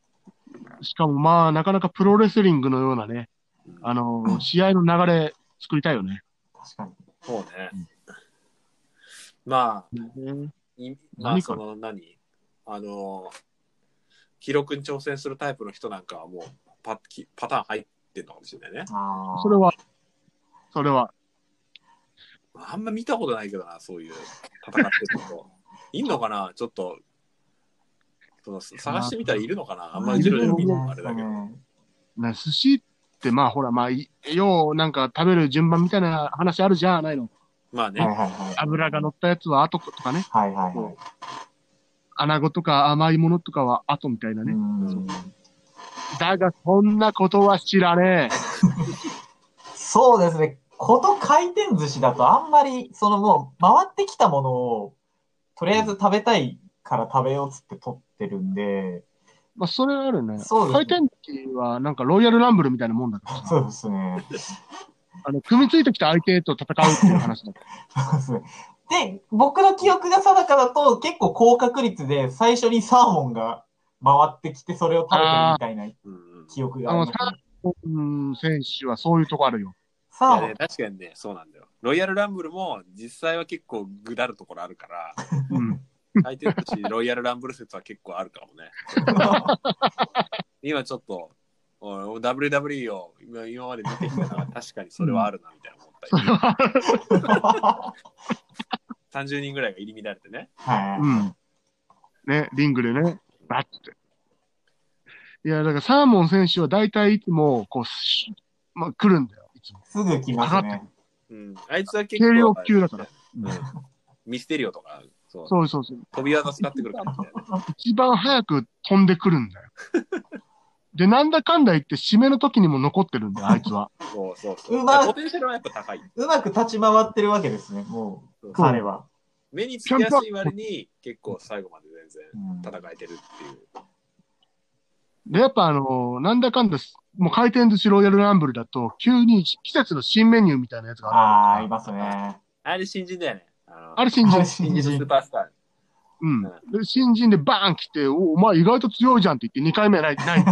しかもまあ、なかなかプロレスリングのようなね、うんあの、試合の流れ作りたいよね。ん確かに。そうね。まあ、いまあ何かその何あのー記録に挑戦するタイプの人なんかはもうパきパターン入ってんのかもしれないね。ああ。それは、それは、あんま見たことないけどな、そういう戦ってる人。いんのかなちょっと、その探してみたらいるのかなあんまりじろじろ見るのもあれだけど。な寿司ってまあほら、まあ、いようなんか食べる順番みたいな話あるじゃないの。まあはいはいね、はい。油が乗ったやつは後とかね、はいはいはい。穴子とか甘いものとかは後みたいなうね。んだが、そんなことは知らねそうですね。こと回転寿司だとあんまり、そのもう回ってきたものを、とりあえず食べたいから食べようっつって取ってるんで、え。まあ、それはあるね。そうです回ね転機はなんかロイヤルランブルみたいなもんだからさそうですね。あの、組みついてきた相手と戦うっていう話だ から。そうですね。で、僕の記憶が定かだと、結構高確率で最初にサーモンが回ってきて、それを食べてるみたいなうんうん記憶があります、ね。うん、選手はそういうとこあるよ。サいーモやンね、確かにね、そうなんだよ。ロイヤルランブルも実際は結構ぐだるところあるから、うん。回転寿司ロイヤルランブル説は結構あるかもね。今ちょっと、おい WWE を今今まで見てきた から確かにそれはあるなみたいな思ったり、30人ぐらいが入り乱れてね。 はい。うん。ね、リングでね、バッて。いや、だからサーモン選手は大体いつも、こう、シュッまあ、来るんだよ。いつも。すぐ来ますね。うん、あいつは結構。軽量級だから。うん。ミステリオとか、そうそうそうそう。飛び技使ってくるからみたいな。一番早く飛んでくるんだ よ。で、なんだかんだ言って、締めの時にも残ってるんだよ、あいつは。そうそうそう。うまいポテンシャルはやっぱ高い。うまく立ち回ってるわけですね、もそうそう、う彼は。目につきやすい割に結構最後まで全然うん戦えてるっていう。で、やっぱあのーなんだかんだす、もう回転寿司ロイヤルランブルだと、急に季節の新メニューみたいなやつがああー、るいんだよ。ますね。あれ新人だよね。あのあれ新人。新人スーパースター。うん。で、新人でバーン来て、お、お前意外と強いじゃんって言って、2回目はない、 ない。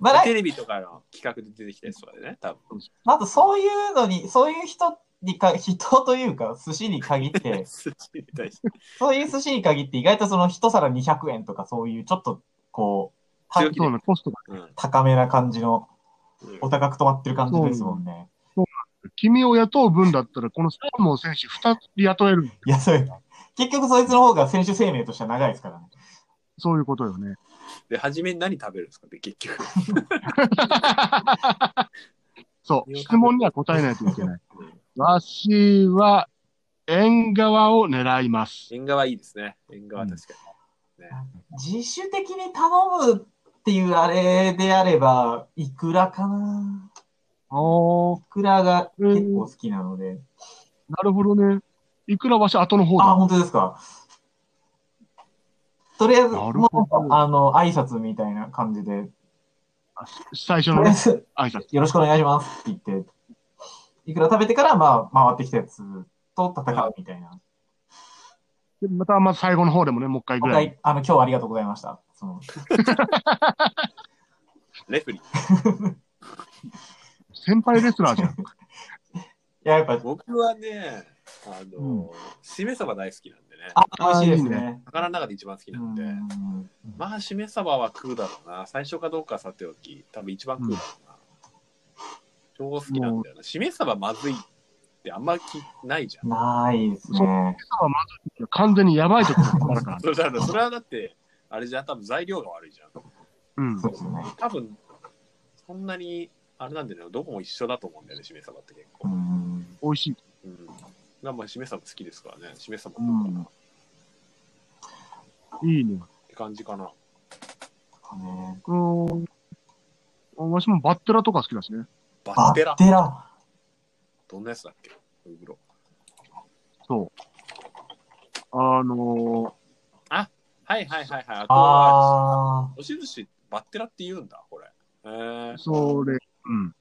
まあ、なテレビとかの企画で出てきたやつとかでね、多 分。まずそういうのに、そういう人にか、人というか、寿司に 限って、寿司に対してそういう寿司に限って、意外とその一皿200円とか、そういうちょっと、こう、た強気そうね、コストが。うん高めな感じの、うんお高く止まってる感じですもんね。君を雇う分だったら、このサーモン選手2人雇える。いや、そういう、結局そいつの方が選手生命としては長いですからね。そういうことよね。で、初めに何食べるんですかって結局。 そう。質問には答えないといけない。わしは、縁側を狙います。縁側いいですね。縁側確か自主的に頼むっていうあれであれば、いくらかな。ああ、いくらが結構好きなので。なるほどね。いくらわし後の方あ、だ。本当ですか。とりあえず、なもるほどう、あの、挨拶みたいな感じで、最初とのりあえねず、挨拶。よろしくお願いしますって言って、いくら食べてから、まあ、回ってきたやつと戦うみたいな。でまた、まあ、最後の方でもね、もう一回ぐ今らい。回、あの、今日はありがとうございました。そに。のレフェリー。先輩レスラーじゃん。いや、やっぱ、僕はね、あの、うんしめ鯖大好きなんでね。あ、美味しいですあいいね。魚の中で一番好きなんで。うんまあ、しめ鯖は食うだろうな。最初かどうかはさておき、多分一番食うだろうな。超好きなんだよな。しめ鯖まずいってあんまきないじゃん。ないですね。完全にやばいところからから。それだからそれはだって、あれじゃん、多分材料が悪いじゃん。 うんそ。うですね。多分、そんなに、あれなんだよね、どこも一緒だと思うんだよね、しめ鯖って結う構。ん。美味しい。うん。まあまあ、しめ鯖好きですからね。しめ鯖とうかん。っいいね。て感じかな。ねうん。わしもバッテラとか好きだしね。ババステラッ。テラ。どんなやつだっけウグロ。あのはいはいはいはい。あとは、あ押し寿司、バッテラって言うんだ、これ。えーー、、それ、うん。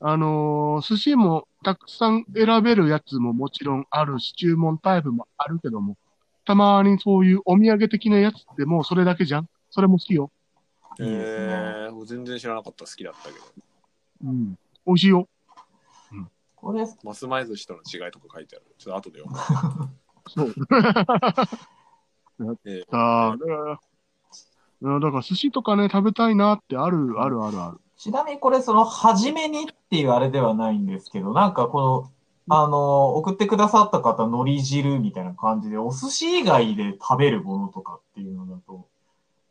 あのー寿司もたくさん選べるやつももちろんあるし、注文タイプもあるけども、たまにそういうお土産的なやつってもうそれだけじゃんそれも好きよ。いいですねえー、全然知らなかった、好きだったけど。うん。美味しいよ。ー。これ、マスマイ寿司との違いとか書いてある。ちょっと後で読む。 そう。えーあーうんだから寿司とかね、食べたいなってある、ある、ある、ある。ちなみにこれ、その、初めにっていうあれではないんですけど、なんかこの、あの、送ってくださった方、海苔汁みたいな感じで、お寿司以外で食べるものとかっていうのだと、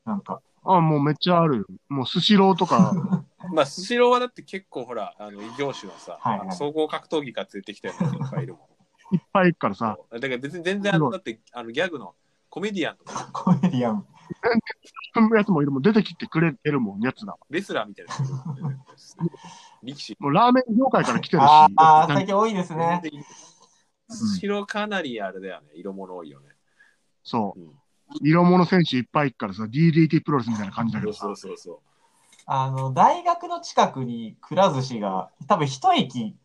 なんか、あもうめっちゃあるよ。もうスシローと か、 まあ、スシローはだって結構ほら、あの異業種のさ、はいはいあの総合格闘技から連れてきたような人がい るもん。いっぱいいるからさ、だから別に全然あの、だってあのギャグのコメディアンとかコメディアン。やつもいるもん、出てきてくれてるもん、やつだ。レスラーみたいな人がいるもんね力士。もうラーメン業界から来てるし、ああー、なん最近多いですね。スシローかなりあれだよね。色物多いよね。そううん。色物選手いっぱいいるからさ、DDT プロレスみたいな感じだけそうどそさう。そうそう。あの、大学の近くにくら寿司が、多分一駅、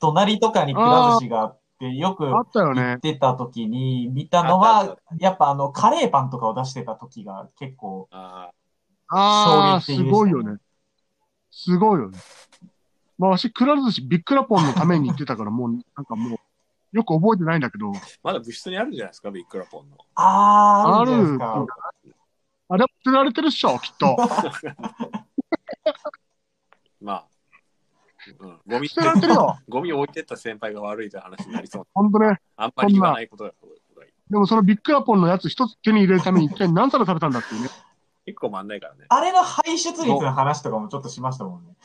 隣とかにくら寿司があって、よくあったよ行ねっ。てた時に見たのあったあはっ、やっぱあの、カレーパンとかを出してた時が結構、あああ、衝す撃的でしたねごいよね。すごいよね。まあ、わし、くら寿司、ビックラポンのために行ってたから、もう、なんかもう、よく覚えてないんだけど、あ、まだ部室にあるんじゃないですか、ビックラポンの。あー、ああるるんじゃないんじゃですないか。あれも捨てられてるっしょ、きっと。まあ、うん、ゴ ミ捨てられてるよ。ゴミ置いてった先輩が悪いという話になりそう。ほんとね。あんまり言わないことだと思うでもそのビックラポンのやつ一つ手に入れるために一体何皿食べたんだっていうね。結構回んないからね。あれの排出率の話とかもちょっとしましたもんね。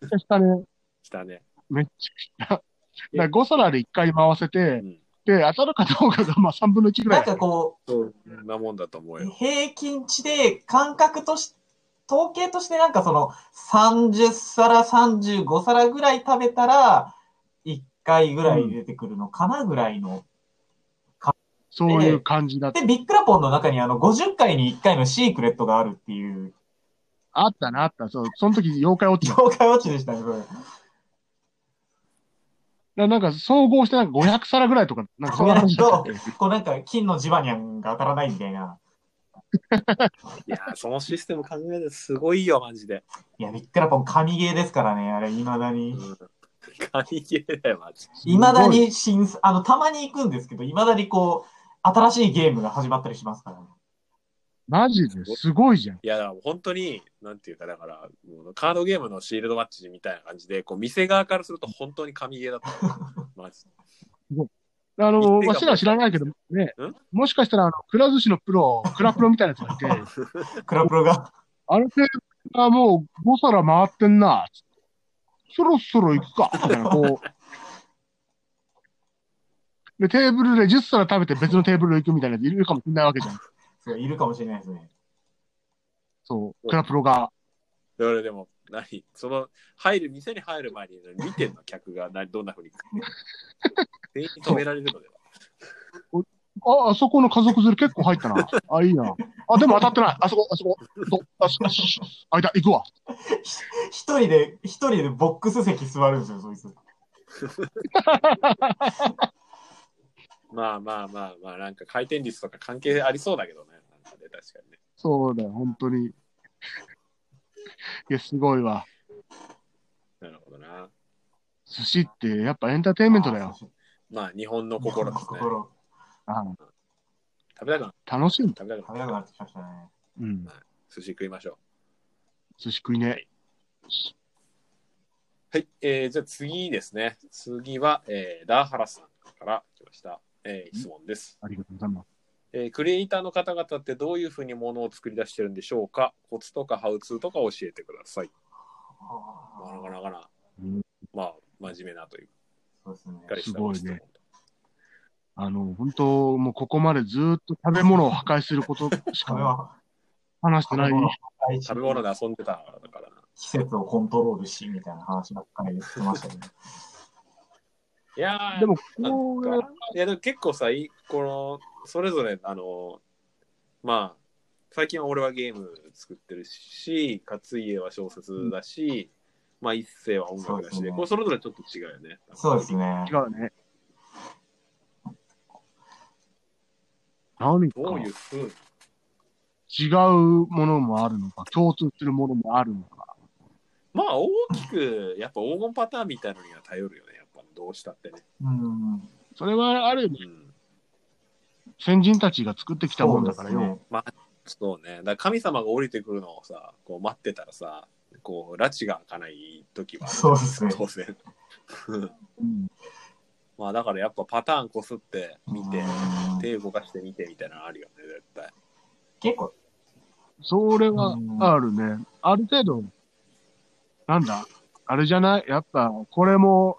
めっちゃしたね。したね。めっちゃした。だから5皿で1回回せて、うんで、当たるかどうかがまあ3分の1ぐらなんいだかよ。こそんなもんだと思うう、よ。平均値で感覚とし、統計としてなんかその、30皿、35皿ぐらい食べたら、1回ぐらい出てくるのかなぐらいの。そういう感じだった。で、ビックラポンの中にあの、50回に1回のシークレットがあるっていう、あったな、あった。そう、その時妖怪落ちた。だか業界落ちでしたね、それ。らなんか総合してなんか500皿ぐらいとか、なんかそんな話だった。こうなんか、金のジバニャンが当たらないみたいな。いやー、そのシステム考えてすごいよ、マジで。いや、ビックラポン神ゲーですからね、あれ、未だうに。ん。神ゲーだよ、マジ。未だに新作、あの、たまに行くんですけど、未だにこう、新しいゲームが始まったりしますからね。マジですごいじゃん。いや、だから本当に、なんていうか、だから、もうカードゲームのシールドマッチみたいな感じで、こう、店側からすると本当に神ゲーだったよ。 マジで。一定あの、がわしらは知らないけどねん、もしかしたらあの、くら寿司のプロ、くらプロみたいなやつがいて、クラプロが。あれで、あ、もう5皿回ってんな、つってそろそろ行くか、みたいな、こう。で、テーブルで10皿食べて別のテーブル行くみたいなやついるかもしれないわけじゃん。そういるかもしれないですね。そう、クラプロが。だからでも、何その、入る、店に入る前に見てんの、客が何どんなふうに。全員止められるのでは。あ、あそこの家族連れ結構入ったな。あ、いいな。あ、でも当たってない。あそこ、あそこ。どあそこ、あそこあいた、行くわ。一人で、一人でボックス席座るんですよ、そいつ。まあまあまあまあ、なんか回転率とか関係ありそうだけどね。なんかね、確かにね。そうだよ、本当に。いや、すごいわ。なるほどな。寿司ってやっぱエンターテインメントだよ。まあ、日本の心ですね。心あ食べたくなる楽しいんだ。食べたく食なるべたくなってきましたね。うん。寿司食いましょう。寿司食いね。はい、えー、じゃあ次ですね。次は、えー、ダーハラさんから来ました、えー、質問です、ありがとうございます。えークリエイターの方々ってどういうふうにものを作り出してるんでしょうかコツとかハウツーとか教えてください。なかなかなかなうん、まあ、真面目なというそうですね。かりしたすごいね質問とあの、本当もうここまでずーっと食べ物を破壊することしこれかは、話してない。食べ物で遊んでたからだからな。季節をコントロールし、みたいな話ばっかり言ってましたけど。いやーでも、こうやっいやでも結構さ、いこの、それぞれ、あの、まあ、最近は俺はゲーム作ってるし、勝家は小説だし、まあ一世は音楽だしそうでで、すねこれそれぞれちょっと違うよね。そうですね違。うね。何かどういうふうに、違うものもあるのか、共通するものもあるのか。まあ大きく、やっぱ黄金パターンみたいのには頼るよね、やっぱどうしたってね。うん。それはある意味、うん。先人たちが作ってきたもんだからそうですよ。ね。そうね。だから神様が降りてくるのをさ、こう待ってたらさ、こう、拉致が開かない時はあるじゃないかそうですね当然。うんまあだからやっぱパターンこすって見て、うん手動かしてみてみたいなのあるよね、絶対。結構、それはあるね。ある程度、なんだ、あれじゃないやっぱ、これも、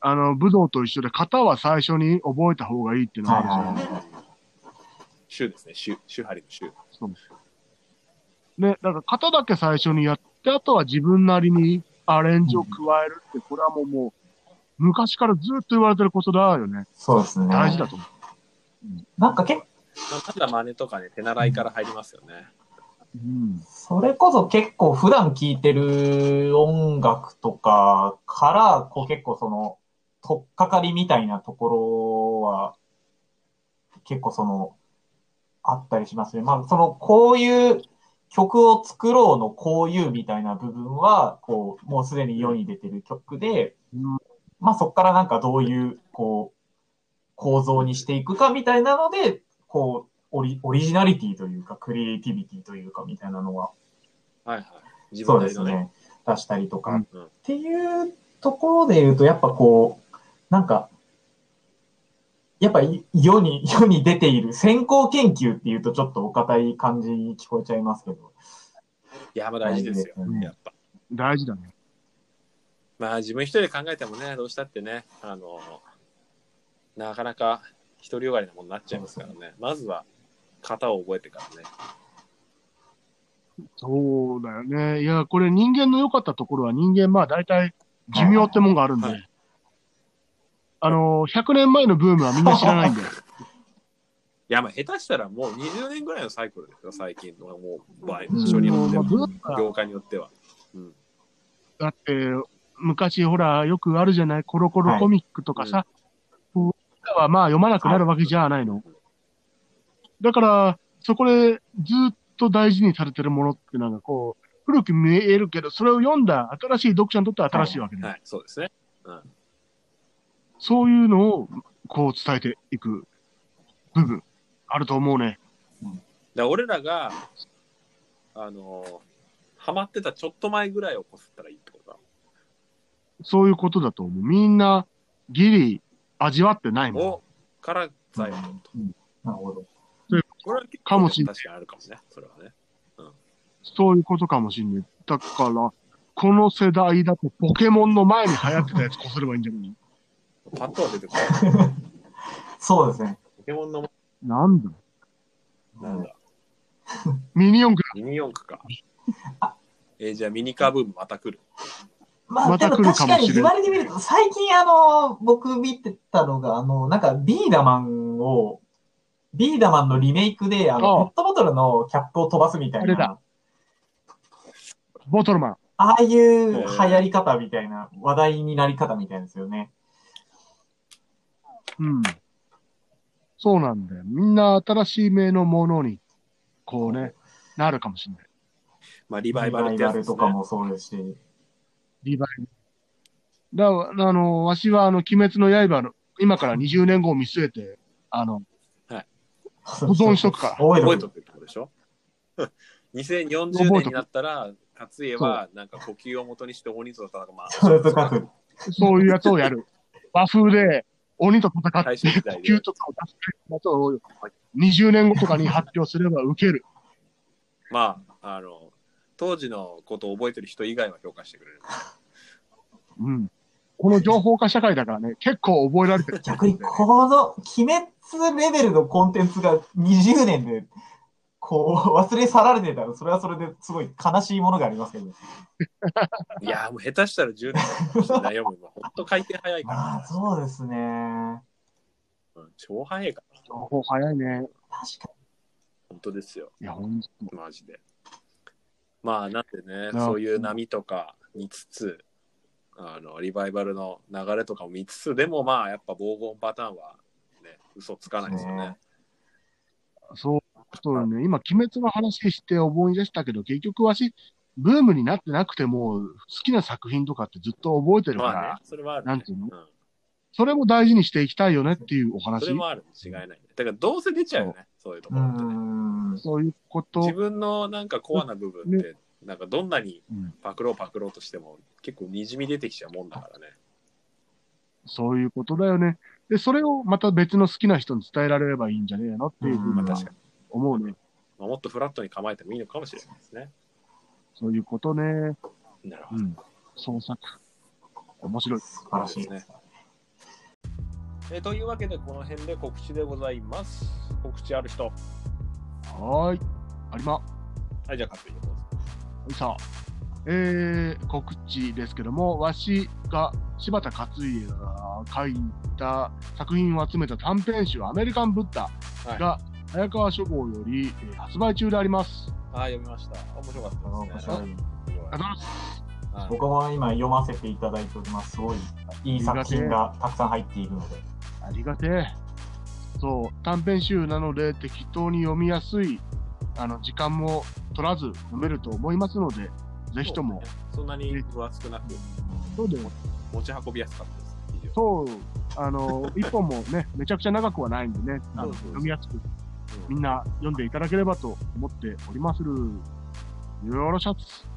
あの、武道と一緒で、型は最初に覚えた方がいいっていうのはがいあるはいはい。週ですね、週、週張りの週。し、そうね、だから型だけ最初にやって、あとは自分なりにアレンジを加えるって、これはもうもう、昔からずっと言われてることだよね。そうですね。大事だと思う。なんか結構、まあ、ただ真似とかね、手習いから入りますよね。うん。それこそ結構普段聴いてる音楽とかから、こう結構その、とっかかりみたいなところは、結構その、あったりしますね。まあその、こういう曲を作ろうのこういうみたいな部分は、こう、もうすでに世に出てる曲で、うんまあそこからなんかどういう、こう、構造にしていくかみたいなので、こう、オリオリジナリティというか、クリエイティビティというかみたいなのははいはい。自そ分うなでりすのね。ね。出したりとか。うんうんっていうところで言うと、やっぱこう、なんか、やっぱい世に、 世に出ている先行研究っていうとちょっとお堅い感じに聞こえちゃいますけど。いや、まあ大事ですよ大事ですよ。ねやっぱ。大事だね。まあ自分一人で考えてもね、どうしたってね、あの、なかなか独りよがりなものになっちゃいますからね。まずは型を覚えてからね。そうだよね。いや、これ人間の良かったところは人間、まあ大体寿命ってもんがあるんで。はあの、100年前のブームはみんな知らない んで。いや、まあ下手したらもう20年ぐらいのサイクルですよ、最近の。もう、場合、ん人によってまは、あブームは業界によっては。うん。だって、昔ほら、よくあるじゃない、コロコロコミックとかさ、こう今はまあ読まなくなるわけじゃないの。だから、そこでずっと大事にされてるものってなんかこう、古く見えるけど、それを読んだ新しい読者にとっては新しいわけで、はい、そうですね。そういうのをこう伝えていく部分、あると思うね。だから俺らが、あの、ハマってたちょっと前ぐらいをこすったらいいってことだ。そういうことだと思う。みんな、ギリ、味わってないもん。をから財を取ると。なるほど。これは結構かもしん確かにあるかもね、それはね。そういうことかもしんない。だから、この世代だとポケモンの前に流行ってたやつこすればいいんじゃないパッとは出てこない。そうですね。ポケモンの、なんだなんだ、ミニ四駆ミニ四駆か。えーじゃあミニカーブームまた来る。まあ、またで来もるか確もかしれにん言われてみると、最近あの、僕見てたのが、あの、なんかビーダマンを、ビーダマンのリメイクで、あああの、ペットボトルのキャップを飛ばすみたいあれな。だボトルマン。ああいう流行り方みたいな、話題になり方みたいですよね。うん。そうなんだよ。みんな新しい名のものに、こうね、なるかもしれない。まあ、リリバイバルってやつです、とね。かもそうですし。リバイバル。だあの、わしは、あの、鬼滅の刃の、今から20年後を見据えて、あの、保存しとくから覚えと覚えとく。くってことでしょ 2040年になったら、勝家はなんか呼吸を元にして鬼と戦う、まあ、それとかく。そういうやつをや る。和風で、鬼と戦って最終時代、で急とかを出すやつを、20年後とかに発表すれば受ける。まあ、あの、当時のことを覚えてる人以外は評価してくれ る。うん。この情報化社会だからね、結構覚えられてる。逆に、この、鬼滅レベルのコンテンツが20年で、こう、忘れ去られてたら、それはそれですごい悲しいものがありますけど。いやー、もう下手したら10年かもしれないよ、もう今。ほんと回転早いかまあ、そうですね。ら。うん超早いから。情報早いね。確か本当ですよ。いや、ほんと。マジで。まあ、なんでね、なそういう波とか見つつ、あの、リバイバルの流れとかも見つつ、でもまあ、やっぱ黄金パターンは、ね、嘘つかないですよね。そう、そうね。今、鬼滅の話して思い出したけど、結局わし、ブームになってなくても、好きな作品とかってずっと覚えてるから、まあね、それはある、ね。なんていうのんそれも大事にしていきたいよねっていうおそ話れ。もある。違いない、ね。だから、どうせ出ちゃうよね、そういうとこに。うろってね、ん。そういうこと。自分のなんかコアな部分って、なんかどんなにうんパクろうパクろうとしても、結構にじみ出てきちゃうもんだからね。そういうことだよね。で、それをまた別の好きな人に伝えられればいいんじゃねえのっていうふううんに確かに。思うね。まあ、もっとフラットに構えてもいいのかもしれないですね。そういうことね。なるほうど。ん。創作。面白い。素晴らしいです。えーというわけで、この辺で告知でございます。告知ある人。はーい。有馬。はい、じゃあ、勝手にどうぞ。さあ、えー、告知ですけども、わしが、柴田勝家が書いた作品を集めた短編集、アメリカン・ブッダが、早川書房より、えー発売中であります。ああ、読みました。あ面白かった面です白ね。いありがとうございますはい僕も今読ませていただいております。すごいいい作品がたくさん入っているので。ありがてえ。そう、短編集なので、適当に読みやすい、あの、時間も取らず読めると思いますので、ぜひとも。そんなに分厚くなくそうだよ持ち運びやすかったです。非常そう、あの、 一本もね、めちゃくちゃ長くはないんでね、あそうのそうそう読みやすく、みにんな読んでいただければと思っておりまする。よろしゃっす。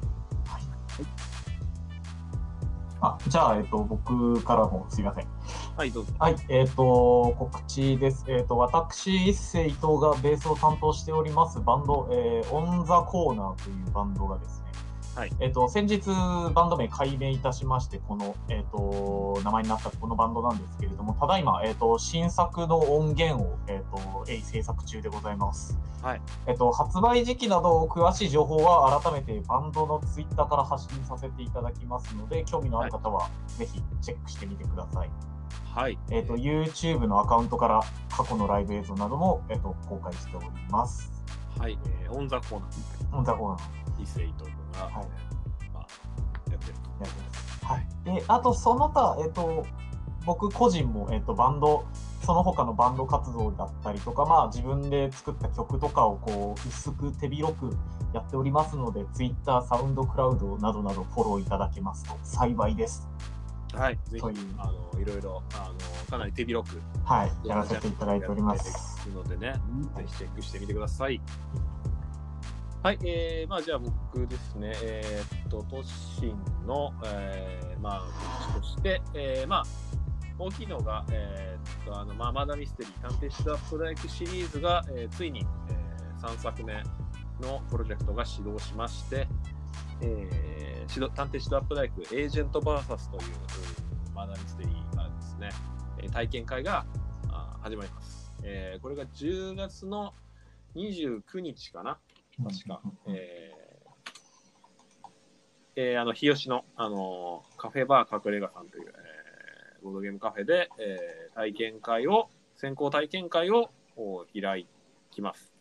あ、じゃあ、えっと、僕からもすいません。はい、どうぞ。はい、えっ、と、告知です。えっ、と、私、一世伊藤がベースを担当しておりますバンド、えー、オンザコーナーというバンドがですね、はいえっ、と、先日、バンド名改名いたしまして、この、えっ、と、名前になったこのバンドなんですけれども、ただいま、えっ、と、新作の音源を、えっ、と、鋭意制作中でございます。はい。えっ、と、発売時期など、詳しい情報は改めてバンドのツイッターから発信させていただきますので、興味のある方は、ぜひチェックしてみてください。はい。えっ、と、YouTube のアカウントから過去のライブ映像なども、えっ、と、公開しております。はい、えーオンザコーナうん、ザコーナーー、伊勢伊藤君が、はいまあ、やってると。やってます。はい。で、あと、その他、えっ、と、僕個人も、えっ、と、バンド、その他のバンド活動だったりとか、まあ、自分で作った曲とかを、こう、薄く手広くやっておりますので、Twitter、サウンドクラウドなどなどフォローいただけますと幸いです。はい、ぜひという、あの、いろいろ、あの、かなり手広く、はい。やらせていただいております。のでね、ぜひチェックしてみてください。はい、えー、まあじゃあ僕ですね、えーっと、都心の、えー、まあ、告知として、えー、まあ、大きいのが、えーっと、あの、まあ、マダミステリー、探偵シダプロ野球シリーズが、えーついに、え3作目のプロジェクトが始動しまして、えーシド探偵シドアップ大工エージェント VS といううんマダミステリーがですね、えー体験会があー始まります。えーこれが10月の29日かな確か。えーえーあの、日吉の、あのーカフェバー隠れ家さんという、えーボードゲームカフェで、えー体験会を、先行体験会をお開きます。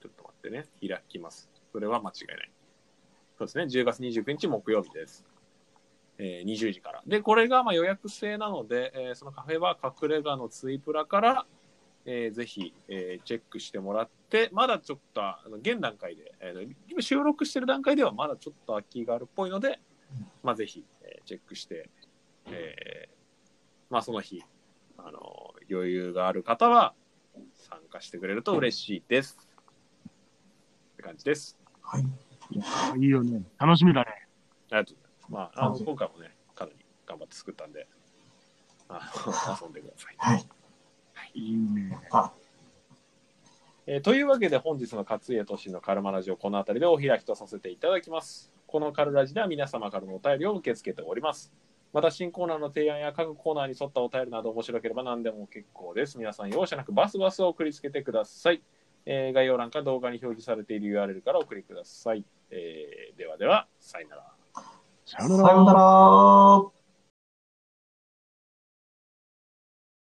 ちょっと待ってね。開きます。それは間違いない。そうですね。10月29日木曜日です。えー20時から。で、これがまあ予約制なので、えーそのカフェバー隠れ家のツイプラから、えーぜひ、えーチェックしてもらって、まだちょっと、あの現段階で、えー今収録してる段階ではまだちょっと空きがあるっぽいので、まあ、ぜひ、えーチェックして、えーまあ、その日、あの、余裕がある方は参加してくれると嬉しいです。って感じです。はい。あいいよね。楽しみだね。ありがとうございます。まあ、あのはい今回もね、かなり頑張って作ったんで、あ の遊んでください。はい。いいね。あ、えーというわけで本日の勝家俊のカルマラジオこの辺りでお開きとさせていただきますこのカルラジでは皆様からのお便りを受け付けておりますまた新コーナーの提案や各コーナーに沿ったお便りなど面白ければ何でも結構です皆さん容赦なくバスバスを送りつけてください、えー概要欄か動画に表示されている URL からお送りください、えーではではさよならさよさようなら。